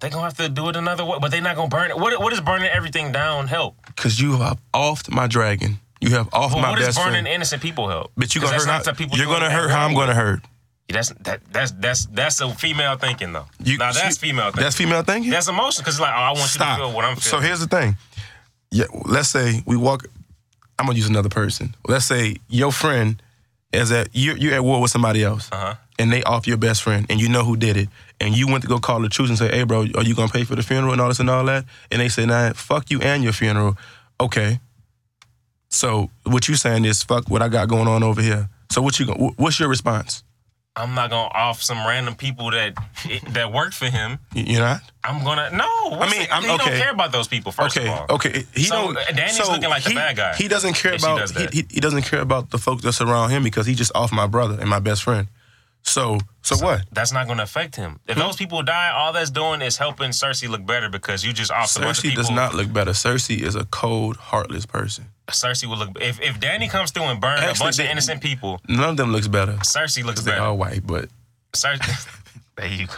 S1: They gonna have to do it another way, but they not gonna burn it. What what is burning everything down help?
S2: Because you have offed my dragon. You have offed
S1: Well,
S2: my
S1: what
S2: best
S1: is burning
S2: friend.
S1: innocent people help?
S2: But you
S1: 'Cause
S2: gonna
S1: that's
S2: hurt.
S1: not
S2: How,
S1: the people
S2: you're
S1: doing
S2: gonna
S1: that
S2: hurt how I'm
S1: wrong.
S2: gonna hurt.
S1: That's that that's that's that's a female thinking though.
S2: You-
S1: now that's
S2: she-
S1: female thinking. That's,
S2: That's female thinking.
S1: emotion because like oh, I want
S2: Stop.
S1: you to feel what I'm
S2: so
S1: feeling.
S2: here's the thing. Yeah, let's say we walk. I'm gonna use another person. Let's say your friend is at you're, you're at war with somebody else,
S1: Uh-huh.
S2: and they off your best friend, and you know who did it, and you went to go call the truth and say, "Hey, bro, are you gonna pay for the funeral and all this and all that?" And they say, "Nah, fuck you and your funeral." Okay. So what you saying is fuck what I got going on over here. So what you going what's your response?
S1: I'm not gonna off some random people that that work for him.
S2: You- You're not
S1: I'm gonna no. I
S2: mean, I'm-
S1: he
S2: okay.
S1: don't care about those people. First
S2: okay.
S1: of all,
S2: Okay. He
S1: So,
S2: don't.
S1: uh, Danny's looking like the
S2: he,
S1: bad guy
S2: He doesn't care
S1: if she
S2: about.
S1: does
S2: he,
S1: that.
S2: he, he doesn't care about the folks that surround him because he just off my brother and my best friend. So so, what?
S1: that's not going to affect him. If those people die, all that's doing is helping Cersei look better because you just off the bunch of
S2: Cersei
S1: people.
S2: does not look better. Cersei is a cold, heartless person.
S1: Cersei will look. If if Danny comes through and burns a
S2: Actually,
S1: bunch
S2: they-
S1: of innocent people,
S2: None of them looks better.
S1: Cersei looks
S2: They
S1: better.
S2: all white, but
S1: Cersei, there you go.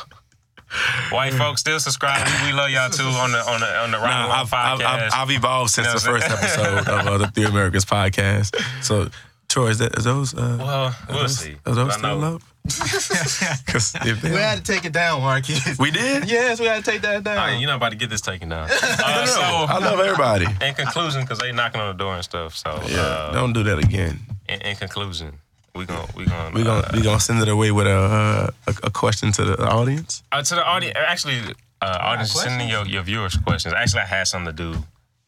S1: White folks still subscribe. We, we love y'all too on the on the on the Rock
S2: Nah,
S1: nah,
S2: I've, I've,
S1: podcast.
S2: I've, I've evolved since
S1: You know
S2: the
S1: what
S2: first
S1: I'm
S2: episode of uh, the Three Americas podcast. So Troy, is that is those? Uh,
S1: well,
S2: are
S1: we'll
S2: those,
S1: see.
S2: Are those
S1: I know.
S2: still up? 'Cause if they
S3: We had to take it down, Marcus.
S2: we did.
S3: yes, we had to take that down.
S1: All right, you're not about to get this taken down. Uh,
S2: I love everybody.
S1: so, in conclusion, because they knocking on the door and stuff. So,
S2: Yeah,
S1: uh,
S2: don't do that again.
S1: in, in conclusion, We gonna we gonna
S2: We gonna
S1: uh,
S2: we gonna send it away with a uh, a, a question to the audience.
S1: uh, to the audience.
S2: Mm.
S1: Actually, uh,
S2: Ah,
S1: audience, send in your, your viewers questions. Actually, I had some to do.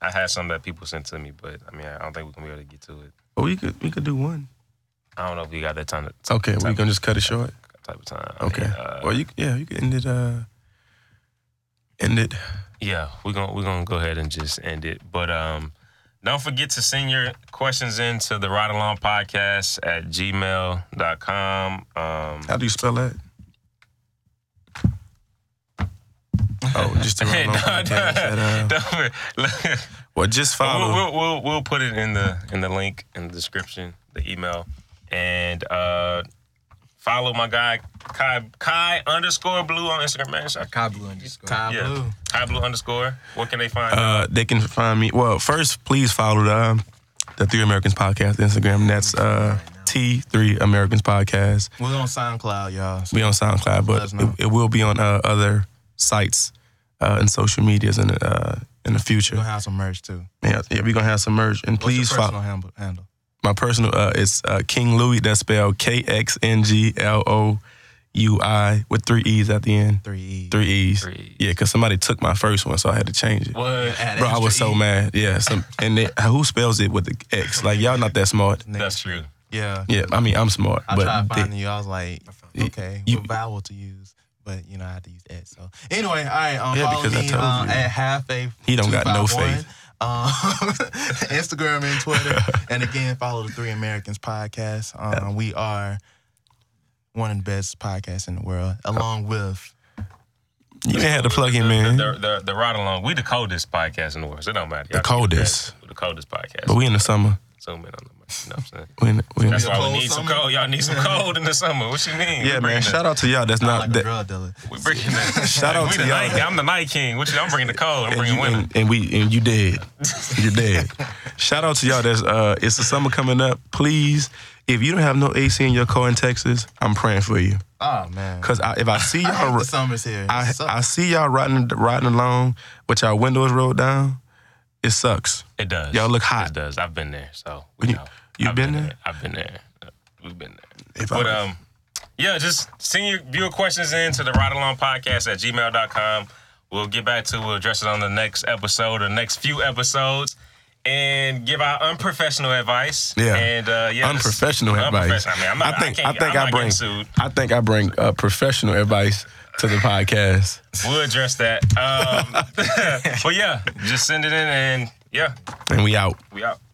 S1: I had some that people sent to me, but I mean, I don't think we're gonna be able to get to it.
S2: Or we could we could do one.
S1: I don't know if we got that time. To,
S2: Okay, we
S1: type,
S2: gonna just cut it short.
S1: type of time. I
S2: Okay.
S1: mean, uh,
S2: or you yeah you can end it. Uh, end it.
S1: yeah, we're gonna we're gonna go ahead and just end it. But um, don't forget to send your questions in to the Ride Along Podcast at gmail.com. Um,
S2: How do you spell that? Oh, just a
S1: Hey,
S2: random
S1: no,
S2: podcast at, uh,
S1: no, don't-
S2: Well, just follow.
S1: We'll, we'll, we'll we'll put it in the in the link in the description, the email, and uh, follow my guy Kai Kai underscore blue on Instagram. Man, shout-
S4: Kabu underscore.
S3: Ty
S1: yeah,
S3: Blue.
S1: Kai blue underscore. Where can they find?
S2: Uh, they can find me. Well, first, please follow the um, the Three Americans Podcast Instagram. That's uh, T Three Americans Podcast.
S3: We're on SoundCloud, y'all.
S2: Be on SoundCloud,
S3: Let
S2: but
S3: us know.
S2: it, it will be on uh, other sites uh, and social medias in the, uh, in the future.
S3: We're gonna have some merch too.
S2: Yeah, yeah, we're gonna have some merch. And please
S3: What's your
S2: follow
S3: personal handle, handle.
S2: my personal. Uh, it's uh, King Louis. That's spelled K X N G L O U I with three E's at the end.
S3: Three E.
S2: Three E's.
S1: Three E's.
S2: Yeah, because somebody took my first one, so I had to change it.
S1: What?
S3: Add
S2: Bro, I
S3: extra
S2: was so
S3: E.
S2: mad. Yeah, some, and they, who spells it with the X? Like y'all not that smart.
S1: That's true.
S3: Yeah.
S2: Yeah, I mean I'm smart,
S3: I
S2: but
S3: tried
S2: they-
S3: finding you. I was like, okay,
S2: you-
S3: what vowel to use? But you know, I had to use that. So anyway, all right. Um,
S2: Yeah,
S3: follow
S2: because I
S3: me
S2: told
S3: um,
S2: you.
S3: at half faith.
S2: He don't got no
S3: 251,
S2: faith.
S3: Um, Instagram and Twitter, and again, follow the Three Americans podcast. Um, we are one of the best podcasts in the world, along with
S2: you ain't had to plug in,
S1: The, the,
S2: man.
S1: the, the ride along. We the coldest podcast in the world. So it don't matter. Y'all
S2: The
S1: can get
S2: coldest.
S1: that. The coldest podcast.
S2: But we in the summer.
S1: Zoom in on the mic. You know what I'm saying?
S2: We in, we in the
S1: That's
S2: summer.
S1: why
S3: cold
S1: we need some
S3: summer.
S1: cold. Y'all need some cold in the summer. What you mean?
S2: Yeah, man. Shout out to y'all. That's
S3: not
S2: not
S3: like a
S2: that.
S3: drug dealer.
S1: We bringing that.
S2: Shout out
S1: we
S2: to
S1: the
S2: y'all.
S1: Night, I'm the night king. What you, I'm bringing the cold. I'm
S2: And
S1: bringing
S2: you,
S1: winter.
S2: and, and we and you dead. You're dead. Shout out to y'all. That's uh, it's the summer coming up. Please, if you don't have no AC in your car in Texas, I'm praying for you.
S3: Oh man,
S2: Cause I, if I see y'all,
S3: I hate
S2: ru-
S3: the summers here. It
S2: I,
S3: sucks.
S2: I see y'all riding riding along with y'all windows rolled down. It sucks.
S1: It does.
S2: Y'all look hot.
S1: It does. I've been there, so we
S2: You-
S1: know.
S2: you
S1: I've
S2: been there?
S1: I've been there. Uh, We've been there.
S2: If I
S1: but
S2: was-
S1: um, yeah, just send your viewer questions in to the Ride Along Podcast at gmail.com. We'll get back to. it. We'll address it on the next episode or next few episodes, and give our unprofessional advice.
S2: Yeah.
S1: And uh, yeah, this-
S2: unprofessional advice.
S1: Unprofessional. I mean, I'm not,
S2: think
S1: I, can't,
S2: think
S1: I'm
S2: I
S1: not
S2: bring
S1: getting sued.
S2: I think I bring uh, professional advice to the podcast.
S1: We'll address that. Um, but yeah, just send it in, and yeah,
S2: And we out.
S1: we out.